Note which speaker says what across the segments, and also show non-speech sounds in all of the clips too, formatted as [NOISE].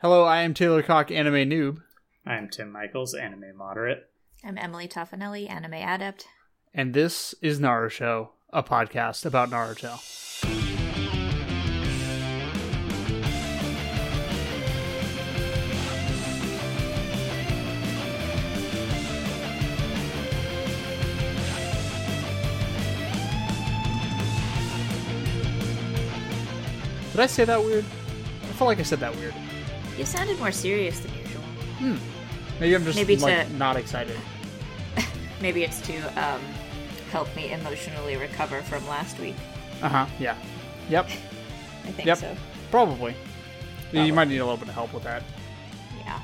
Speaker 1: Hello, I am Taylor Cock, anime noob,
Speaker 2: I'm Tim Michaels, anime moderate.
Speaker 3: I'm Emily Toffanelli, anime adept.
Speaker 1: and this is Naruto, a podcast about Naruto. Did I say that weird? I felt like I said that weird.
Speaker 3: You sounded more serious than usual.
Speaker 1: Maybe I'm just
Speaker 3: Maybe
Speaker 1: like
Speaker 3: to-
Speaker 1: not excited.
Speaker 3: Maybe it's to um, help me emotionally recover from last week.
Speaker 1: Uh huh. Yeah. Yep.
Speaker 3: I think
Speaker 1: Yep.
Speaker 3: so.
Speaker 1: Probably. You
Speaker 3: Probably.
Speaker 1: might need a little bit of help with that.
Speaker 3: Yeah.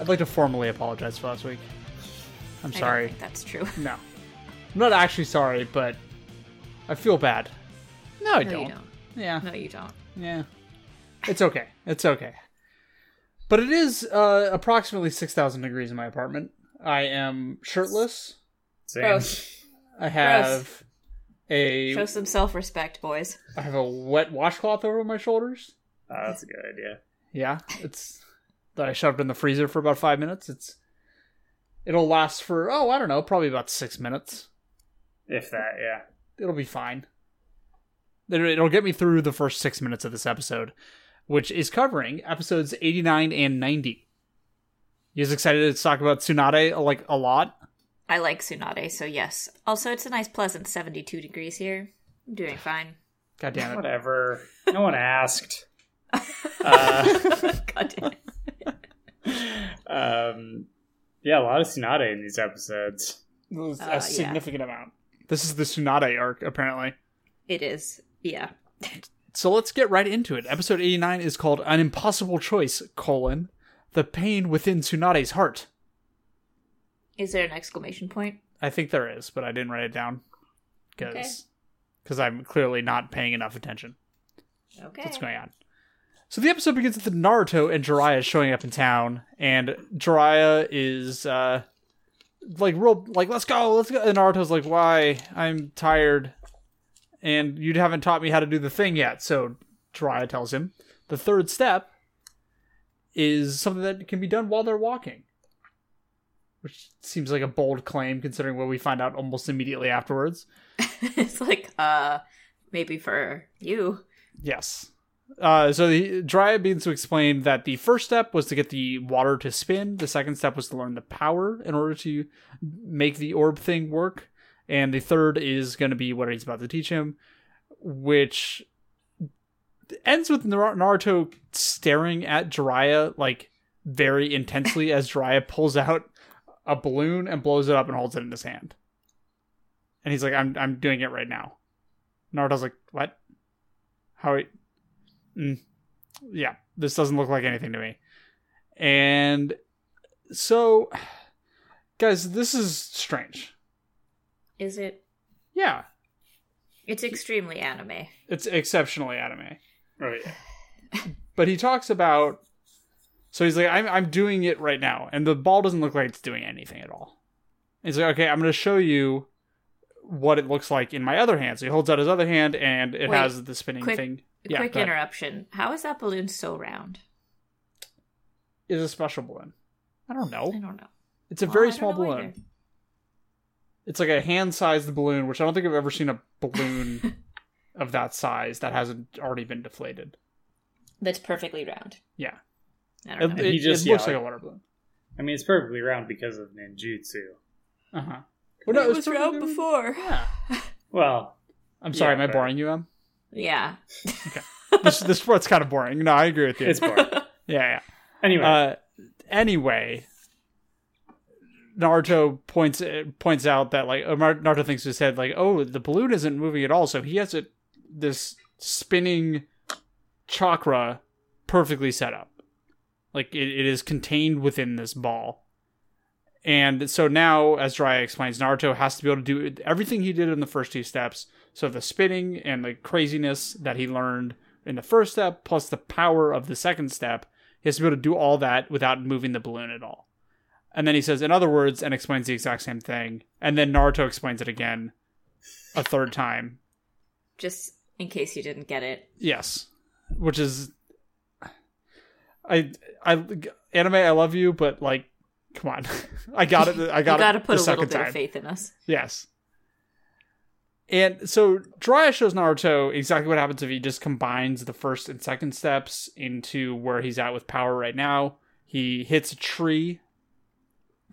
Speaker 1: I'd like to formally apologize for last week. I'm
Speaker 3: I don't
Speaker 1: sorry.
Speaker 3: think that's true.
Speaker 1: No. I'm not actually sorry, but I feel bad. No, I
Speaker 3: No,
Speaker 1: don't.
Speaker 3: you don't.
Speaker 1: Yeah.
Speaker 3: No, you don't.
Speaker 1: Yeah. It's okay. It's okay. But it is uh, approximately 6,000 degrees in my apartment. I am shirtless.
Speaker 2: Same.
Speaker 1: Oh. I have a
Speaker 3: Show some self respect, boys.
Speaker 1: I have a wet washcloth over my shoulders.
Speaker 2: Oh, that's a good idea.
Speaker 1: Yeah, it's that I shoved in the freezer for about five minutes. It's it'll last for oh I don't know probably about six minutes.
Speaker 2: If that,
Speaker 1: [LAUGHS]
Speaker 2: yeah.
Speaker 1: It'll be fine. It'll- It'll get me through the first six minutes of this episode, which is covering episodes eighty nine and ninety. You guys excited to talk about Tsunade like a lot?
Speaker 3: I like Tsunade, so yes. Also, it's a nice, pleasant 72 degrees here. I'm
Speaker 1: [LAUGHS]
Speaker 3: doing fine.
Speaker 1: God damn
Speaker 2: [LAUGHS]
Speaker 1: it! [LAUGHS]
Speaker 2: Whatever. No one asked. Uh,
Speaker 1: Uh.
Speaker 3: [LAUGHS] God damn it.
Speaker 2: Um, yeah, a lot of Tsunade in these episodes.
Speaker 1: It was
Speaker 3: yeah.
Speaker 1: a significant amount. This is the Tsunade arc apparently.
Speaker 3: It is. Yeah.
Speaker 1: So let's get right into it. Episode 89 is called An Impossible Choice, colon, The Pain Within Tsunade's Heart.
Speaker 3: Is there an exclamation point?
Speaker 1: I think there is, but I didn't write it down
Speaker 3: Okay.
Speaker 1: because I'm clearly not paying enough attention
Speaker 3: Okay.
Speaker 1: to what's going on. So the episode begins with Naruto and Jiraiya showing up in town, and Jiraiya is uh, like real like let's go, let's go, and Naruto's like why I'm tired, and you haven't taught me how to do the thing yet. So Jiraiya tells him the third step is something that can be done while they're walking. Which seems like a bold claim considering what we find out almost immediately afterwards.
Speaker 3: [LAUGHS] it's like, uh, maybe for you.
Speaker 1: Yes. Uh, so the Dryad begins to explain that the first step was to get the water to spin. The second step was to learn the power in order to make the orb thing work. And the third is going to be what he's about to teach him, which ends with Nar- Naruto staring at Jiraiya like very intensely as Jiraiya pulls out a balloon and blows it up and holds it in his hand. And he's like, "I'm I'm doing it right now." Naruto's like, "What?" how it mm, yeah this doesn't look like anything to me and so guys this is strange
Speaker 3: Is it?
Speaker 1: yeah
Speaker 3: It's extremely anime.
Speaker 1: it's exceptionally anime
Speaker 2: Oh, yeah.
Speaker 1: but he talks about so he's like I'm, I'm doing it right now and the ball doesn't look like it's doing anything at all he's like okay i'm going to show you what it looks like in my other hand so he holds out his other hand and it
Speaker 3: Wait,
Speaker 1: has the spinning
Speaker 3: quick-
Speaker 1: thing
Speaker 3: Quick
Speaker 1: go ahead.
Speaker 3: interruption. How is that balloon so round?
Speaker 1: it's a special balloon i don't
Speaker 3: I
Speaker 1: know
Speaker 3: don't know.
Speaker 1: it's a
Speaker 3: Well,
Speaker 1: very
Speaker 3: I don't
Speaker 1: small
Speaker 3: know
Speaker 1: balloon
Speaker 3: either.
Speaker 1: it's like a hand-sized balloon, which I don't think I've ever seen a balloon
Speaker 3: [LAUGHS]
Speaker 1: of that size that hasn't already been deflated.
Speaker 3: That's perfectly round.
Speaker 1: Yeah,
Speaker 3: I
Speaker 1: it,
Speaker 3: don't know.
Speaker 1: it-
Speaker 2: he just-
Speaker 1: it looks like
Speaker 2: yeah, like-
Speaker 1: a water balloon.
Speaker 2: I mean, it's perfectly round because of ninjutsu.
Speaker 1: Uh huh.
Speaker 3: it was round before.
Speaker 1: Yeah.
Speaker 2: Well,
Speaker 1: I'm sorry, am
Speaker 2: Yeah,
Speaker 1: I
Speaker 2: but-
Speaker 1: boring you, Em?
Speaker 3: Yeah.
Speaker 1: this this part's kind of boring. No, I agree with you.
Speaker 2: it's boring.
Speaker 1: [LAUGHS] yeah,
Speaker 2: anyway,
Speaker 1: yeah. Uh, anyway, Naruto points points out that like oh, Mar- Naruto thinks in his head like oh the balloon isn't moving at all, so he has it this spinning chakra perfectly set up. Like it, it is contained within this ball. And so now, as Jiraiya explains, Naruto has to be able to do everything he did in the first two steps. So the spinning and the craziness that he learned in the first step, plus the power of the second step, he has to be able to do all that without moving the balloon at all. And then he says, in other words, and explains the exact same thing. And then Naruto explains it again a third time
Speaker 3: Just in case you didn't get it.
Speaker 1: Yes, which is I I anime I love you, but like, come on, [LAUGHS] I got it. I got
Speaker 3: you got
Speaker 1: it.
Speaker 3: to put
Speaker 1: the
Speaker 3: a little
Speaker 1: second
Speaker 3: bit
Speaker 1: time.
Speaker 3: of faith in us.
Speaker 1: Yes. And so Jiraiya shows Naruto exactly what happens if he just combines the first and second steps into where he's at with power right now. He hits a tree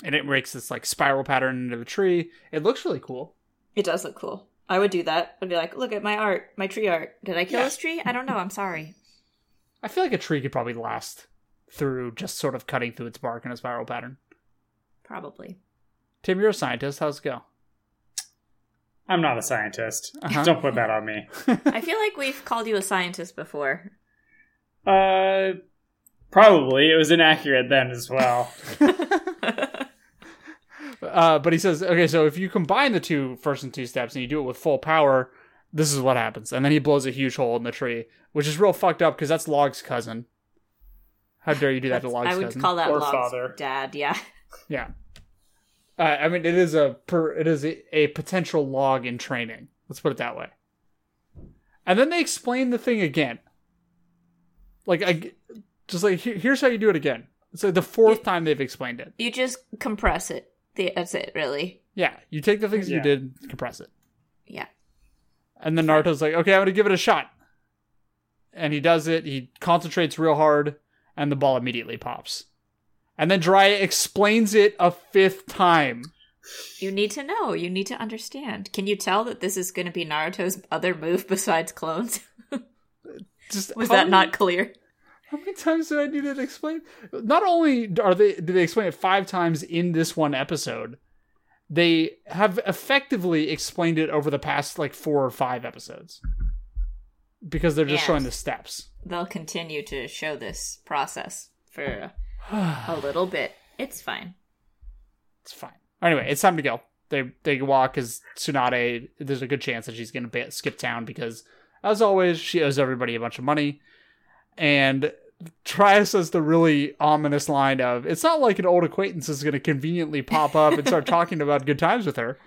Speaker 1: and it makes this like spiral pattern into the tree. It looks really cool.
Speaker 3: It does look cool. I would do that. I'd be like, look at my art, my tree art. Did I kill
Speaker 1: Yeah.
Speaker 3: this tree? I don't know. I'm sorry.
Speaker 1: I feel like a tree could probably last through just sort of cutting through its bark in a spiral pattern.
Speaker 3: Probably.
Speaker 1: Tim, you're a scientist. How's it go?
Speaker 2: I'm not a scientist.
Speaker 1: Uh-huh.
Speaker 2: Don't put that on me.
Speaker 3: I feel like we've called you a scientist [LAUGHS] before.
Speaker 2: Uh, probably. It was inaccurate then as well.
Speaker 1: Uh, but he says, okay, so if you combine the two first and two steps and you do it with full power, this is what happens. And then he blows a huge hole in the tree, which is real fucked up because that's Log's cousin. How dare you do that to Log's
Speaker 3: I would
Speaker 1: cousin?
Speaker 3: call that
Speaker 2: Or
Speaker 3: Log's
Speaker 2: father.
Speaker 3: dad. Yeah.
Speaker 1: yeah. Uh, I mean, it is a per, it is a, a potential log in training. Let's put it that way. And then they explain the thing again. Like I, just like here- here's how you do it again. It's like the fourth time they've explained it.
Speaker 3: You just compress it. The- That's it, really.
Speaker 1: Yeah, you take the things you
Speaker 2: Yeah.
Speaker 1: did, compress it.
Speaker 3: Yeah.
Speaker 1: And then Naruto's like, okay, I'm going to give it a shot. And he does it. He concentrates real hard, and the ball immediately pops. And then Jiraiya explains it a fifth time.
Speaker 3: You need to know. You need to understand. Can you tell that this is going to be Naruto's other move [LAUGHS] besides clones?
Speaker 1: Just
Speaker 3: Was
Speaker 1: how
Speaker 3: that
Speaker 1: many-
Speaker 3: not clear?
Speaker 1: How many times did I need it explained? Not only are they do they explain it five times in this one episode, they have effectively explained it over the past like four or five episodes because they're just
Speaker 3: Yes.
Speaker 1: showing the steps. [SIGHS]
Speaker 3: They'll continue to show this process for a little bit. It's fine.
Speaker 1: It's fine. Anyway, it's time to go. They they walk because Tsunade. There's a good chance that she's gonna ba- skip town because, as always, she owes everybody a bunch of money. And Trias says the really ominous line of, "It's not like an old acquaintance is gonna conveniently pop up and start talking about good times with her."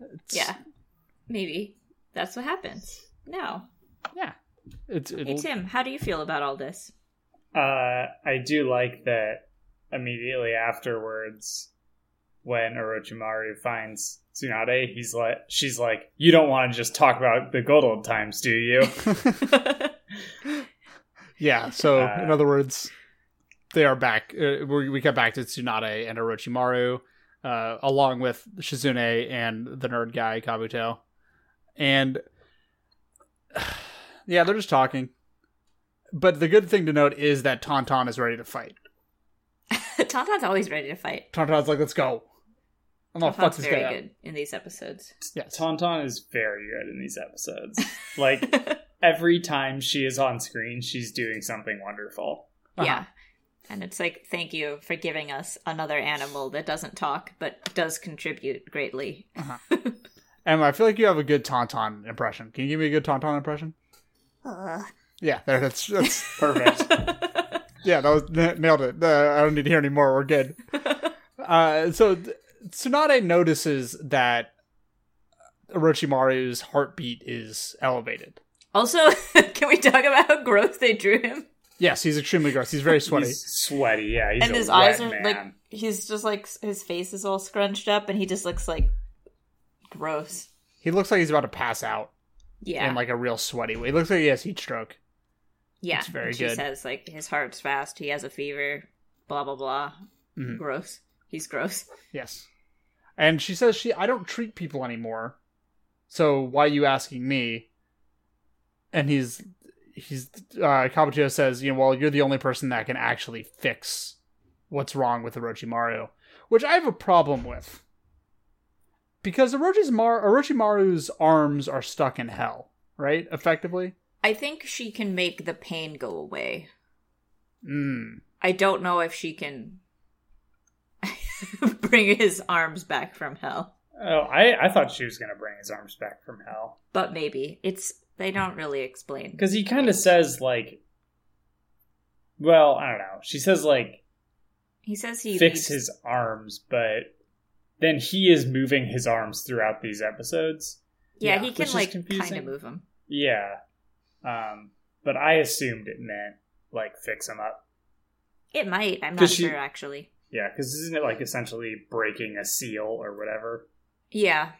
Speaker 1: It's-
Speaker 3: Yeah. Maybe. That's what happens. No.
Speaker 1: yeah. It's
Speaker 3: Hey,
Speaker 1: it,
Speaker 3: Tim, how do you feel about
Speaker 1: [LAUGHS]
Speaker 3: all this? [LAUGHS]
Speaker 2: Uh, I do like that immediately afterwards, when Orochimaru finds Tsunade, he's like, she's like, "You don't want to just talk about the good old times,
Speaker 1: [LAUGHS]
Speaker 2: do you?"
Speaker 1: yeah. So
Speaker 2: Uh,
Speaker 1: in other words, they are back. Uh, we we got back to Tsunade and Orochimaru, uh, along with Shizune and the nerd guy Kabuto, and [SIGHS] yeah, they're just talking. But the good thing to note is that Tauntaun is ready to fight.
Speaker 3: Tauntaun's always ready to fight.
Speaker 1: Tauntaun's like, "Let's go." I'm gonna fuck
Speaker 3: Tauntaun's
Speaker 1: this guy
Speaker 3: very
Speaker 1: up.
Speaker 3: good in these episodes.
Speaker 1: Yes.
Speaker 2: Tauntaun is very good in these
Speaker 1: [LAUGHS]
Speaker 2: episodes. Like every time she is on screen, she's doing something wonderful.
Speaker 1: Uh-huh.
Speaker 3: Yeah. And it's like, thank you for giving us another animal that doesn't talk but does contribute greatly.
Speaker 1: Emma, I feel like you have a good Tauntaun impression. Can you give me a good Tauntaun impression? Yeah, there. That's that's
Speaker 2: Perfect.
Speaker 1: yeah, that was n- nailed it. Uh, I don't need to hear any more. We're good. uh, so th- Tsunade notices that Orochimaru's heartbeat is elevated.
Speaker 3: Also, [LAUGHS] can we talk about how gross they drew him?
Speaker 1: Yes, he's extremely gross. He's
Speaker 2: [LAUGHS]
Speaker 1: very sweaty.
Speaker 2: He's sweaty, yeah. He's
Speaker 3: and
Speaker 2: a
Speaker 3: his
Speaker 2: wet
Speaker 3: eyes are
Speaker 2: man.
Speaker 3: like, he's just like, his face is all scrunched up and he just looks like gross.
Speaker 1: he looks like he's about to pass out
Speaker 3: Yeah.
Speaker 1: in like a real sweaty way. He looks like he has heat stroke.
Speaker 3: yeah.
Speaker 1: it's very
Speaker 3: And She
Speaker 1: good.
Speaker 3: says, like, his heart's fast, he has a fever, blah, blah, blah.
Speaker 1: Mhm.
Speaker 3: Gross. He's gross.
Speaker 1: Yes. And she says she I don't treat people anymore. So why you asking me? And he's he's uh Kabuto says, you know, well, you're the only person that can actually fix what's wrong with Orochimaru, which I have a problem with. Because Orochimaru, Orochimaru's arms are stuck in hell, right? Effectively?
Speaker 3: I think she can make the pain go away.
Speaker 1: Mm.
Speaker 3: I don't know if she can [LAUGHS] bring his arms back from hell,
Speaker 2: Oh, I, I thought she was gonna bring his arms back from hell.
Speaker 3: but maybe it's they don't really explain.
Speaker 2: Because he kinda says like Well, I don't know. She says like
Speaker 3: He says he
Speaker 2: fix
Speaker 3: leads-
Speaker 2: his arms, but then he is moving his arms throughout these episodes.
Speaker 3: yeah,
Speaker 1: yeah,
Speaker 3: he
Speaker 2: which
Speaker 3: can
Speaker 2: is
Speaker 3: like kind of
Speaker 2: confusing.
Speaker 3: move him.
Speaker 2: Yeah. Um but I assumed it meant like fix him up.
Speaker 3: It might. I'm not
Speaker 2: Does she-
Speaker 3: sure actually.
Speaker 2: Yeah, because isn't it like essentially breaking a seal or whatever?
Speaker 3: Yeah.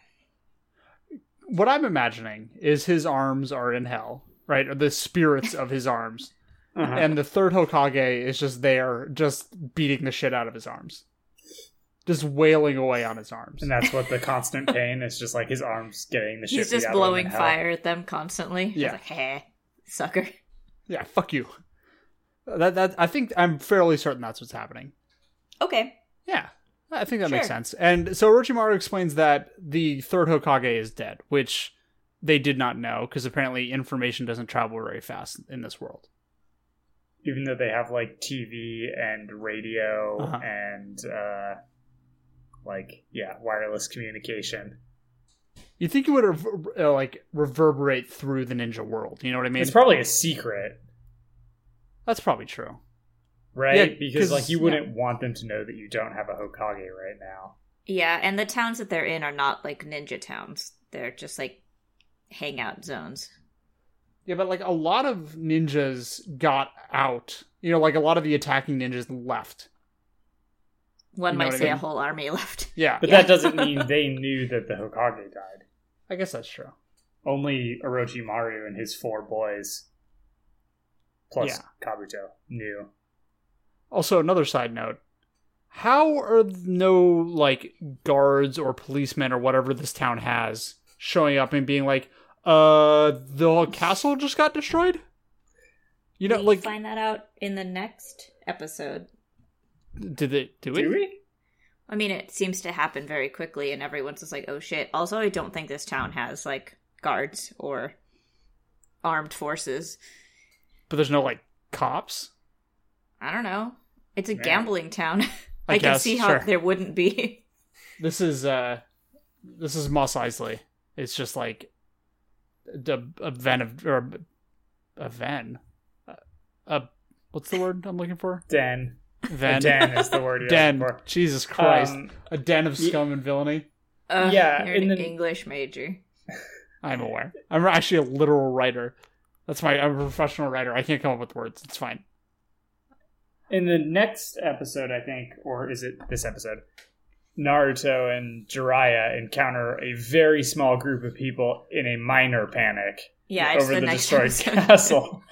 Speaker 1: What I'm imagining is his arms are in hell, right? Or the spirits of his arms.
Speaker 2: Uh-huh.
Speaker 1: And the third Hokage is just there, just beating the shit out of his arms. Just wailing away on his arms.
Speaker 2: And that's what the constant pain is just like his arms getting the shit.
Speaker 3: He's
Speaker 2: beat
Speaker 3: just
Speaker 2: out of him
Speaker 3: blowing
Speaker 2: in hell.
Speaker 3: fire at them constantly. He's
Speaker 1: Yeah.
Speaker 3: like, heh, sucker. [LAUGHS]
Speaker 1: Yeah, fuck you. That that I think I'm fairly certain that's what's happening.
Speaker 3: Okay.
Speaker 1: Yeah, I think that makes
Speaker 3: Sure.
Speaker 1: sense. And so Orochimaru explains that the third Hokage is dead, which they did not know because apparently information doesn't travel very fast in this world.
Speaker 2: Even though they have like TV and radio
Speaker 1: Uh-huh.
Speaker 2: and uh, like, yeah, wireless communication.
Speaker 1: You think it would rever- uh, like reverberate through the ninja world? You know what I mean?
Speaker 2: It's probably a secret,
Speaker 1: That's probably true.
Speaker 2: right?
Speaker 1: Yeah,
Speaker 2: because
Speaker 1: 'cause-
Speaker 2: like you
Speaker 1: yeah.
Speaker 2: wouldn't want them to know that you don't have a Hokage right now.
Speaker 3: Yeah, and the towns that they're in are not like ninja towns. They're just like hangout zones.
Speaker 1: Yeah, but like a lot of ninjas got out. You know, like a lot of the attacking ninjas left.
Speaker 3: One
Speaker 1: You know
Speaker 3: might
Speaker 1: what I
Speaker 3: say a
Speaker 1: mean?
Speaker 3: whole army [LAUGHS] left.
Speaker 1: Yeah,
Speaker 2: But
Speaker 3: Yeah.
Speaker 2: that doesn't mean they knew that the Hokage died.
Speaker 1: I guess that's true.
Speaker 2: Only Orochimaru and his four boys, plus Kabuto, knew.
Speaker 1: Also, another side note: How are no like guards or policemen or whatever this town has showing up and being like, "Uh, the castle just got destroyed." You know,
Speaker 3: we
Speaker 1: like,
Speaker 3: find that out in the next episode.
Speaker 1: did they do it?
Speaker 2: Do we?
Speaker 3: I mean, it seems to happen very quickly, and everyone's just like, "Oh shit!" Also, I don't think this town has like guards or armed forces.
Speaker 1: But there's no like cops.
Speaker 3: I don't know. It's a
Speaker 2: Yeah.
Speaker 3: gambling town. [LAUGHS]
Speaker 1: I
Speaker 3: I, can
Speaker 1: guess,
Speaker 3: see how
Speaker 1: sure.
Speaker 3: there wouldn't be.
Speaker 1: This is uh, this is Moss Isley. It's just like a, a ven of or a ven. Uh, a what's the word I'm looking for?
Speaker 2: Den.
Speaker 1: Ven.
Speaker 2: den is the word you're
Speaker 1: Den.
Speaker 2: looking for.
Speaker 1: Jesus Christ.
Speaker 2: Um,
Speaker 1: a den of
Speaker 2: Ye-
Speaker 1: scum and villainy.
Speaker 3: Ugh,
Speaker 2: Yeah,
Speaker 3: you're
Speaker 2: in
Speaker 3: an
Speaker 2: the-
Speaker 3: English major.
Speaker 1: I'm aware. I'm actually a literal writer. That's my. I'm a professional writer. I can't come up with words. It's fine.
Speaker 2: in the next episode, I think, or is it this episode? Naruto and Jiraiya encounter a very small group of people in a minor panic
Speaker 3: Yeah, it's
Speaker 2: over
Speaker 3: the,
Speaker 2: the,
Speaker 1: [LAUGHS]
Speaker 3: next [LAUGHS]
Speaker 2: destroyed
Speaker 3: episode.
Speaker 2: castle.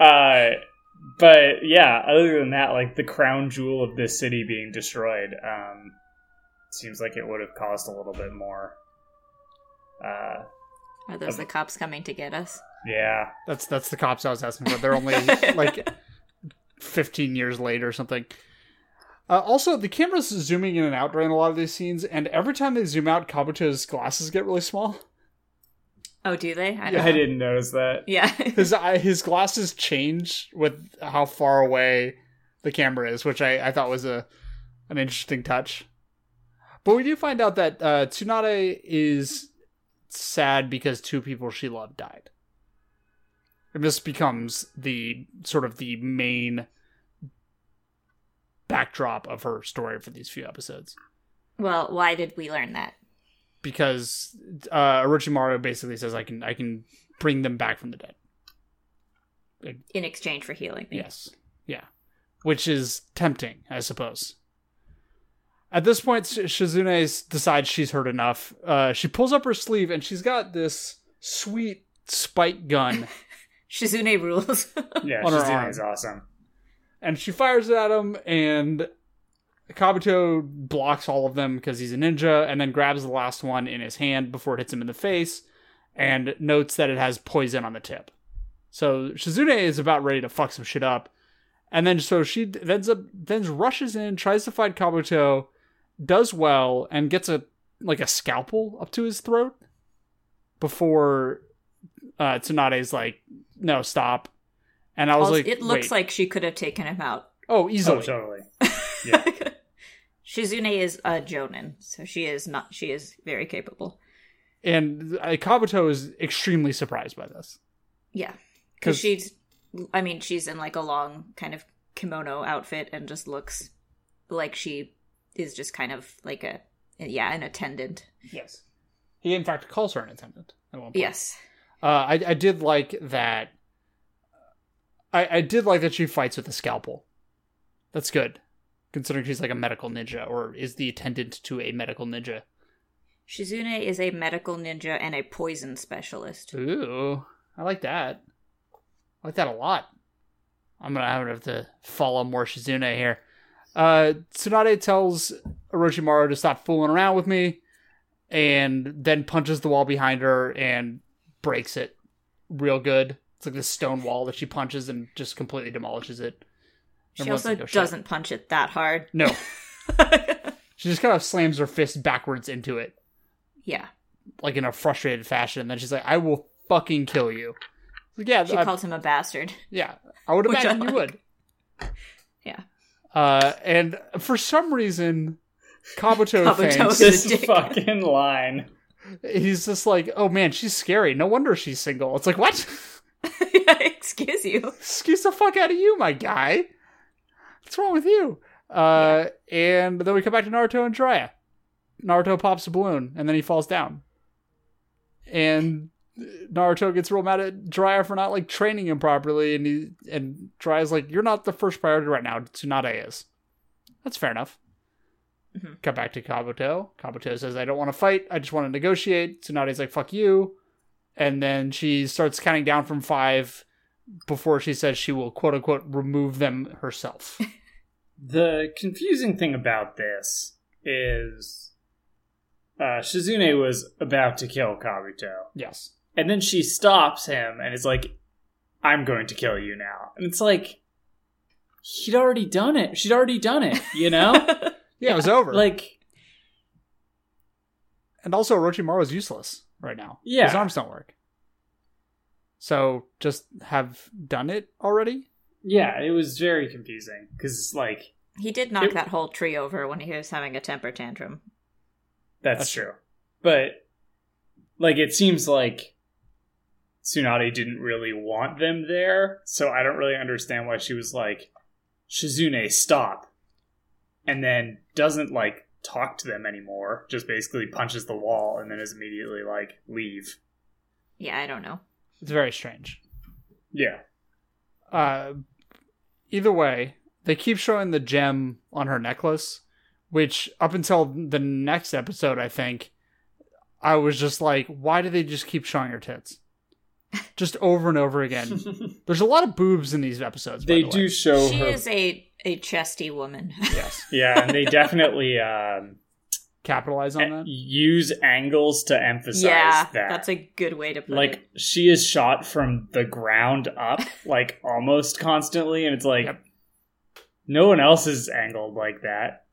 Speaker 2: uh, but yeah, other than that, like the crown jewel of this city being destroyed, um, seems like it would have caused a little bit more. Uh,
Speaker 3: Are those the cops coming to get us?
Speaker 2: yeah,
Speaker 1: That's that's the cops I was asking for. They're only like 15 years later or something. Uh, also, the camera's zooming in and out during a lot of these scenes, and every time they zoom out, Kabuto's glasses get really small.
Speaker 3: Oh, do they? I
Speaker 2: I didn't notice that.
Speaker 3: [LAUGHS] Yeah.
Speaker 1: His eye, his glasses change with how far away the camera is, which I, I thought was a an interesting touch. But we do find out that uh, Tsunade is sad because two people she loved died. And this becomes the sort of the main backdrop of her story for these few episodes
Speaker 3: well, why did we learn that?
Speaker 1: because uh, Orochimaru basically says I can I can bring them back from the dead.
Speaker 3: In exchange for healing me.
Speaker 1: Yes. Yeah. Which is tempting, I suppose. At this point, Sh- Shizune s- decides she's heard enough. Uh, she pulls up her sleeve and she's got this sweet spike gun
Speaker 3: Shizune rules.
Speaker 2: [LAUGHS] Yeah,
Speaker 1: On her
Speaker 2: Shizune
Speaker 1: arm.
Speaker 2: is awesome.
Speaker 1: and she fires it at him and Kabuto blocks all of them because he's a ninja and then grabs the last one in his hand before it hits him in the face and notes that it has poison on the tip. So Shizune is about ready to fuck some shit up. And then so she d- ends up then rushes in, tries to fight Kabuto, does well and gets a like a scalpel up to his throat before uh Tsunade's like no stop. And I was
Speaker 3: [LAUGHS] Also,
Speaker 1: like
Speaker 3: it
Speaker 1: wait.
Speaker 3: looks like she could have taken him out.
Speaker 1: oh
Speaker 2: Oh,
Speaker 1: easily.
Speaker 2: totally.
Speaker 3: [LAUGHS] Shizune is a jonin, so she is not. She is very capable.
Speaker 1: And uh, Kabuto is extremely surprised by this.
Speaker 3: Yeah,
Speaker 1: 'Cause-
Speaker 3: because she's. I mean, she's in like a long kind of kimono outfit and just looks like she is just kind of like a yeah an attendant.
Speaker 1: Yes. He, in fact, calls her an attendant at one point.
Speaker 3: Yes,
Speaker 1: Uh, I, I did like that. I, I did like that she fights with a scalpel. That's good, considering she's like a medical ninja or is the attendant to a medical ninja.
Speaker 3: Shizune is a medical ninja and a poison specialist.
Speaker 1: Ooh, I like that. I like that a lot. I'm gonna, I'm gonna have to follow more Shizune here. Uh, Tsunade tells Orochimaru to stop fooling around with me, and then punches the wall behind her and breaks it real good. It's like this stone wall that she punches and just completely demolishes it.
Speaker 3: She
Speaker 1: Everyone's
Speaker 3: also
Speaker 1: like, "Oh, shit."
Speaker 3: doesn't punch it that hard. [LAUGHS]
Speaker 1: No, she just kind of slams her fist backwards into it.
Speaker 3: yeah.
Speaker 1: like in a frustrated fashion. And then she's like, "I will fucking kill you." Like, yeah,
Speaker 3: She
Speaker 1: I,
Speaker 3: calls him a bastard. [LAUGHS]
Speaker 1: yeah, I would
Speaker 3: Which I
Speaker 1: imagine you
Speaker 3: like. [LAUGHS]
Speaker 1: would.
Speaker 3: Yeah.
Speaker 1: Uh, and for some reason, Kabuto,
Speaker 3: [LAUGHS] Kabuto.
Speaker 1: thinks
Speaker 2: This
Speaker 3: Dick.
Speaker 2: fucking line.
Speaker 1: he's just like, "Oh man, she's scary. No wonder she's single." It's like, what?
Speaker 3: Excuse you.
Speaker 1: Excuse the fuck out of you, my guy. What's wrong with you? Uh, and then we come back to Naruto and Jiraiya. Naruto pops a balloon, and then he falls down. And Naruto gets real mad at Jiraiya for not like training him properly, and he and Jiraiya's like, "You're not the first priority right now. Tsunade is." That's fair enough.
Speaker 3: Mhm.
Speaker 1: Come back to Kabuto. Kabuto says, "I don't want to fight. I just want to negotiate." Tsunade's like, "Fuck you," and then she starts counting down from five before she says she will quote unquote remove them
Speaker 2: [LAUGHS]
Speaker 1: herself.
Speaker 2: The confusing thing about this is uh, Shizune was about to kill Kabuto.
Speaker 1: yes.
Speaker 2: And then she stops him and is like, I'm going to kill you now. And it's like, he'd already done it. She'd already done it, you know?
Speaker 1: Yeah, it was over.
Speaker 2: like,
Speaker 1: and also Orochimaru is useless right now.
Speaker 2: Yeah.
Speaker 1: His arms don't work. So just have done it already?
Speaker 2: yeah, it was very confusing because it's like,
Speaker 3: He did knock
Speaker 2: It-
Speaker 3: that whole tree over when he was having a temper tantrum.
Speaker 2: that's,
Speaker 1: That's
Speaker 2: true. But, like, it seems like Tsunade didn't really want them there. So I don't really understand why she was like, Shizune, stop. And then doesn't, like, talk to them anymore. Just basically punches the wall and then is immediately like, leave.
Speaker 3: Yeah, I don't know.
Speaker 1: It's very strange.
Speaker 2: Yeah.
Speaker 1: Uh either way, they keep showing the gem on her necklace, which up until the next episode, I think, I was just like, why do they just keep showing her
Speaker 2: [LAUGHS]
Speaker 1: tits? Just over and over again. There's a lot of boobs in these episodes. by
Speaker 2: they
Speaker 1: the way.
Speaker 2: do show
Speaker 3: she
Speaker 2: her.
Speaker 3: is a a chesty woman. [LAUGHS]
Speaker 1: Yes.
Speaker 2: yeah, and they definitely um,
Speaker 1: Capitalize
Speaker 3: Eh,
Speaker 1: on that.
Speaker 2: use angles to emphasize
Speaker 3: yeah,
Speaker 2: that.
Speaker 3: that's a good way to put it.
Speaker 2: like she is shot from the ground up, like almost constantly, and it's like
Speaker 1: Yep.
Speaker 2: no one else is angled like that.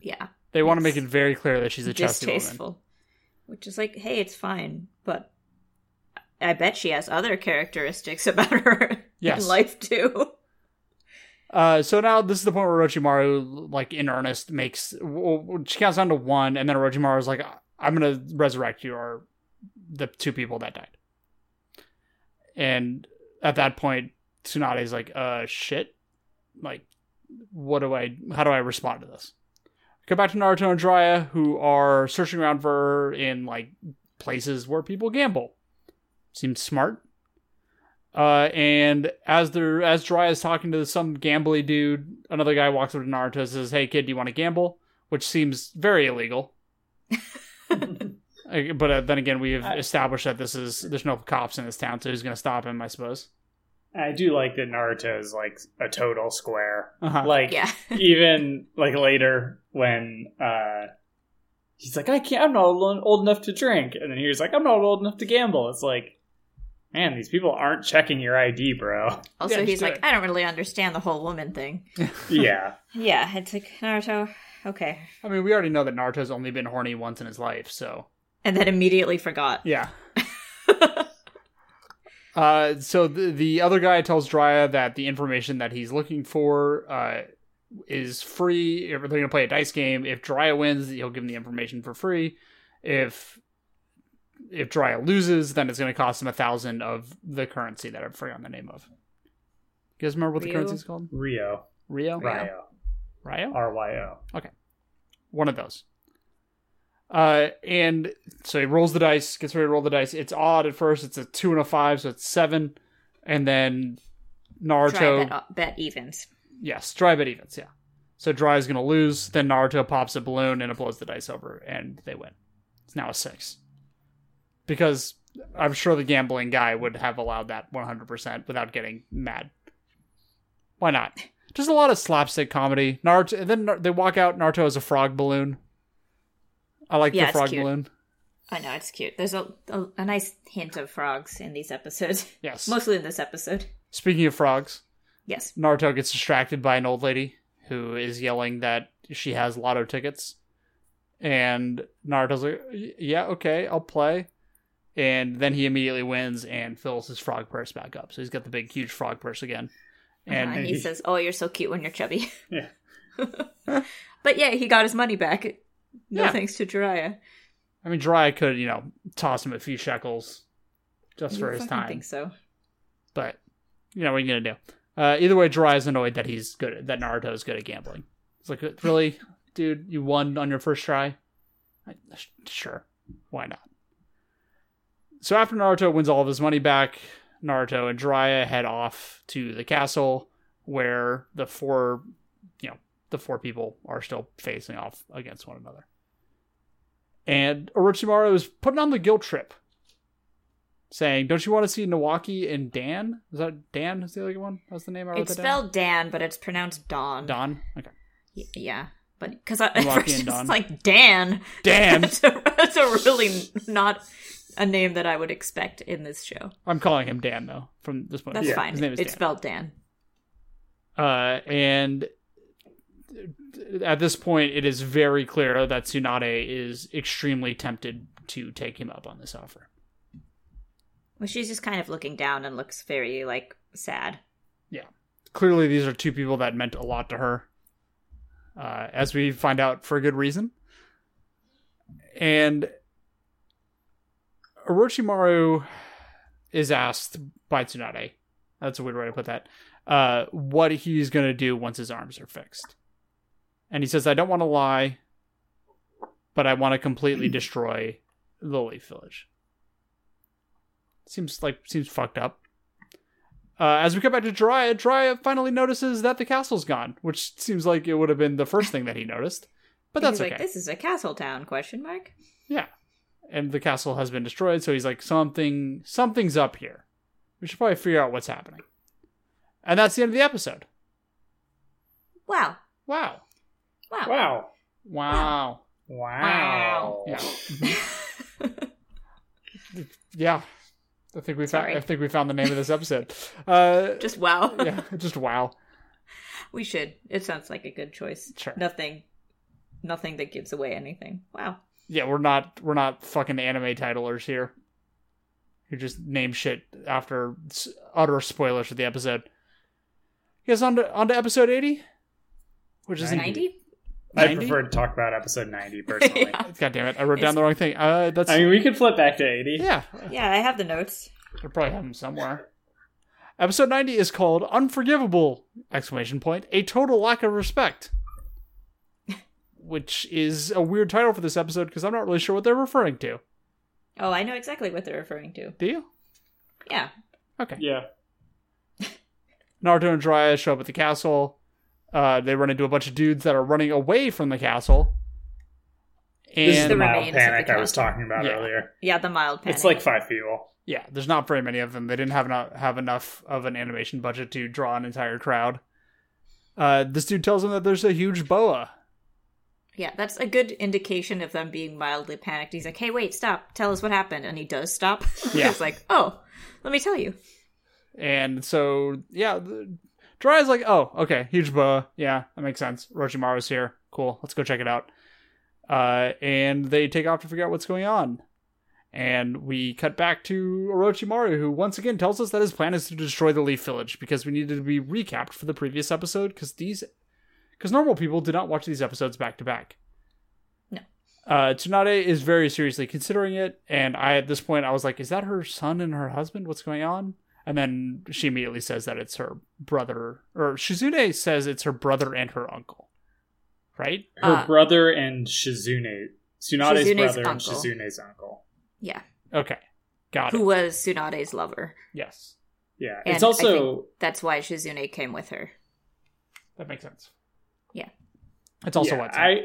Speaker 3: Yeah,
Speaker 1: They want to
Speaker 3: Yes.
Speaker 1: make it very clear that she's a chesty woman.
Speaker 3: distasteful. Which is like, hey, it's fine, but I bet she has other characteristics [LAUGHS] about her
Speaker 1: Yes.
Speaker 3: in life too. [LAUGHS]
Speaker 1: Uh, so now this is the point where Orochimaru, like in earnest, makes well, she counts down to one, and then Orochimaru's like, "I'm gonna resurrect you," or the two people that died. And at that point, Tsunade's like, "Uh, shit, like, what do I? How do I respond to this?" Go back to Naruto and Jiraiya, who are searching around for her in like places where people gamble. Seems smart. Uh, and as they're as Jiraiya is talking to some gambly dude, another guy walks up to Naruto and says, "Hey kid, do you want to gamble?" Which seems very illegal. Uh, But uh, then again, we have
Speaker 2: I-
Speaker 1: established that this is there's no cops in this town, so who's going to stop him? I suppose.
Speaker 2: I do like that Naruto is like a total square.
Speaker 1: Uh-huh.
Speaker 2: Like
Speaker 3: yeah, [LAUGHS]
Speaker 2: even like later when uh he's like i can't i'm not old old enough to drink and then he was like i'm not old enough to gamble it's like man these people aren't checking your id bro
Speaker 3: Also,
Speaker 1: Yeah, just
Speaker 3: he's
Speaker 1: do
Speaker 3: like,
Speaker 1: it.
Speaker 3: I don't really understand the whole woman thing.
Speaker 2: yeah
Speaker 3: Yeah, it's like Naruto. Okay,
Speaker 1: I mean, we already know that Naruto's only been horny once in his life, so
Speaker 3: and then immediately forgot.
Speaker 1: yeah. [LAUGHS] Uh, so the, the other guy tells Drya that the information that he's looking for uh, is free. If They're going to play a dice game. If Drya wins, he'll give him the information for free. If if Drya loses, then it's going to cost him a thousand of the currency that I've forgotten the name of. You guys remember what the
Speaker 3: Ryu?
Speaker 1: currency is called?
Speaker 2: rio
Speaker 1: Rio?
Speaker 2: ryo
Speaker 1: Rio?
Speaker 2: ryo
Speaker 1: one of those. Uh, and so he rolls the dice, gets ready to roll the dice. It's odd at first. It's a two and a five, so it's seven. And then
Speaker 3: Try
Speaker 1: Naruto,
Speaker 3: bet, bet evens.
Speaker 1: yes, dry bet evens, yeah. So Dry is going to lose. Then Naruto pops a balloon and it blows the dice over, and they win. It's now a six. Because I'm sure the gambling guy would have allowed that 100% without getting mad. Why not? Just a lot of slapstick comedy. Naruto, and then Nar- they walk out. Naruto has a frog balloon. I like
Speaker 3: Yeah,
Speaker 1: the
Speaker 3: it's
Speaker 1: frog
Speaker 3: cute.
Speaker 1: balloon.
Speaker 3: I know it's cute. There's a, a a nice hint of frogs in these episodes, [LAUGHS]
Speaker 1: Yes.
Speaker 3: mostly in this episode.
Speaker 1: Speaking of frogs,
Speaker 3: Yes.
Speaker 1: Naruto gets distracted by an old lady who is yelling that she has lotto tickets. And Naruto's like, "Y- yeah, okay, I'll play. And then he immediately wins and fills his frog purse back up. So he's got the big, huge frog purse again.
Speaker 3: And,
Speaker 1: And
Speaker 3: he
Speaker 2: he-
Speaker 3: says, "Oh, you're so cute when
Speaker 1: [LAUGHS]
Speaker 3: you're chubby."
Speaker 2: Yeah.
Speaker 3: [LAUGHS] but yeah, he got his money back. No
Speaker 1: Yeah.
Speaker 3: thanks to Jiraiya.
Speaker 1: I mean, Jiraiya could, you know, toss him a few shekels just
Speaker 3: You
Speaker 1: for his
Speaker 3: fucking
Speaker 1: time.
Speaker 3: Think so.
Speaker 1: But, you know, what are you going to do? Uh, either way, Jiraiya's annoyed that he's good at, that Naruto's good at gambling. It's like, really? Dude, you won on your first try? I, sh- sure. Why not? So after Naruto wins all of his money back, Naruto and Jiraiya head off to the castle where the four, you know, the four people are still facing off against one another. And Orochimaru is putting on the guilt trip saying, "Don't you want to see Nawaki and Dan? Is that Dan? Is the other one? That was the name I wrote
Speaker 3: It's
Speaker 1: that down?
Speaker 3: spelled Dan, but it's pronounced Don.
Speaker 1: Don. Okay,
Speaker 3: Y- yeah, but because [LAUGHS] at
Speaker 1: You walk in,
Speaker 3: first
Speaker 1: Don.
Speaker 3: it's like Dan.
Speaker 1: Dan.
Speaker 3: [LAUGHS] that's, a, that's a really not a name that I would expect in this show.
Speaker 1: I'm calling him Dan though. From this point,
Speaker 3: That's
Speaker 1: Yeah,
Speaker 3: fine.
Speaker 1: His name is
Speaker 3: it's
Speaker 1: Dan.
Speaker 3: spelled Dan.
Speaker 1: uh, and at this point, it is very clear that Tsunade is extremely tempted to take him up on this offer.
Speaker 3: Well, she's just kind of looking down and looks very like sad.
Speaker 1: Clearly, these are two people that meant a lot to her, uh, as we find out for a good reason. And Orochimaru is asked by Tsunade. That's a weird way to put that. Uh, what he's going to do once his arms are fixed. And he says, I don't want to lie, but I want to
Speaker 3: [CLEARS THROAT]
Speaker 1: completely destroy the Leaf Village. Seems like, seems fucked up. Uh, as we come back to Jiraiya, Jiraiya finally notices that the castle's gone, which seems like it would have been the first thing that he noticed. But
Speaker 3: And
Speaker 1: that's
Speaker 3: he's
Speaker 1: okay.
Speaker 3: like, "This is a castle town?" Question mark.
Speaker 1: and the castle has been destroyed so he's like something something's up here we should probably figure out what's happening and that's the end of the episode
Speaker 3: Wow.
Speaker 1: wow
Speaker 3: Wow.
Speaker 1: wow
Speaker 2: Wow. Wow.
Speaker 3: [LAUGHS]
Speaker 1: yeah yeah i think we found
Speaker 3: Sorry.
Speaker 1: i think we found the name of this episode uh
Speaker 3: Just wow.
Speaker 1: yeah [LAUGHS] just wow
Speaker 3: We should. It sounds like a good choice.
Speaker 1: sure
Speaker 3: Nothing. Nothing that gives away anything. Wow.
Speaker 1: yeah we're not we're not fucking anime titlers here who just name shit after s- utter spoilers for the episode you guys on to, on to episode 80 which is in-
Speaker 2: Ninety?
Speaker 3: [LAUGHS] Ninety.
Speaker 2: I
Speaker 1: 90?
Speaker 2: prefer to talk about episode 90 [LAUGHS] personally.
Speaker 3: Yeah.
Speaker 1: God damn it! I wrote
Speaker 3: It's-
Speaker 1: down the wrong thing. Uh, that's
Speaker 2: I mean, we could flip back to 80.
Speaker 1: yeah.
Speaker 3: Yeah, I have the notes.
Speaker 1: I probably have them somewhere. Episode ninety is called "Unforgivable!" Exclamation point. A total lack of respect, which is a weird title for this episode because I'm not really sure what they're referring to.
Speaker 3: Oh, I know exactly what they're referring to.
Speaker 1: Do you?
Speaker 3: Yeah.
Speaker 1: Okay.
Speaker 2: Yeah.
Speaker 1: Naruto and Jiraiya show up at the castle. Uh, they run into a bunch of dudes that are running away from the castle.
Speaker 2: This is the
Speaker 1: And
Speaker 3: remains
Speaker 2: mild
Speaker 3: of the
Speaker 2: panic I was
Speaker 3: castle.
Speaker 2: talking about
Speaker 1: Yeah.
Speaker 2: earlier.
Speaker 3: Yeah, the mild panic.
Speaker 2: It's like five people.
Speaker 1: yeah, there's not very many of them. They didn't have enough, have enough of an animation budget to draw an entire crowd. Uh, this dude tells him that there's a huge boa.
Speaker 3: Yeah, that's a good indication of them being mildly panicked. He's like, "Hey, wait, stop! Tell us what happened." And he does stop. [LAUGHS]
Speaker 1: Yeah.
Speaker 3: He's like, "Oh, let me tell you."
Speaker 1: And so, yeah, the, Jiraiya's like, oh, okay, huge boa. Yeah, that makes sense. Orochimaru's here. Cool, let's go check it out. Uh, and they take off to figure out what's going on. And we cut back to Orochimaru, who once again tells us that his plan is to destroy the Leaf Village because we needed to be recapped for the previous episode because these, because normal people do not watch these episodes back to back.
Speaker 3: No.
Speaker 1: Uh, Tsunade is very seriously considering it, and I at this point I was like, is that her son and her husband? What's going on? And then she immediately says that it's her brother, or Shizune says it's her brother and her uncle, right?
Speaker 2: Her
Speaker 3: Uh,
Speaker 2: brother and Shizune. Tsunade's
Speaker 3: Shizune's
Speaker 2: brother and
Speaker 3: uncle.
Speaker 2: Shizune's uncle.
Speaker 3: Yeah,
Speaker 1: Okay, got
Speaker 3: who
Speaker 1: it.
Speaker 3: was Tsunade's lover?
Speaker 1: Yes,
Speaker 2: Yeah.
Speaker 3: And
Speaker 2: it's
Speaker 3: I
Speaker 2: also
Speaker 3: That's why Shizune came with her.
Speaker 1: that makes sense. It's also
Speaker 2: Yeah,
Speaker 1: what's up.
Speaker 2: I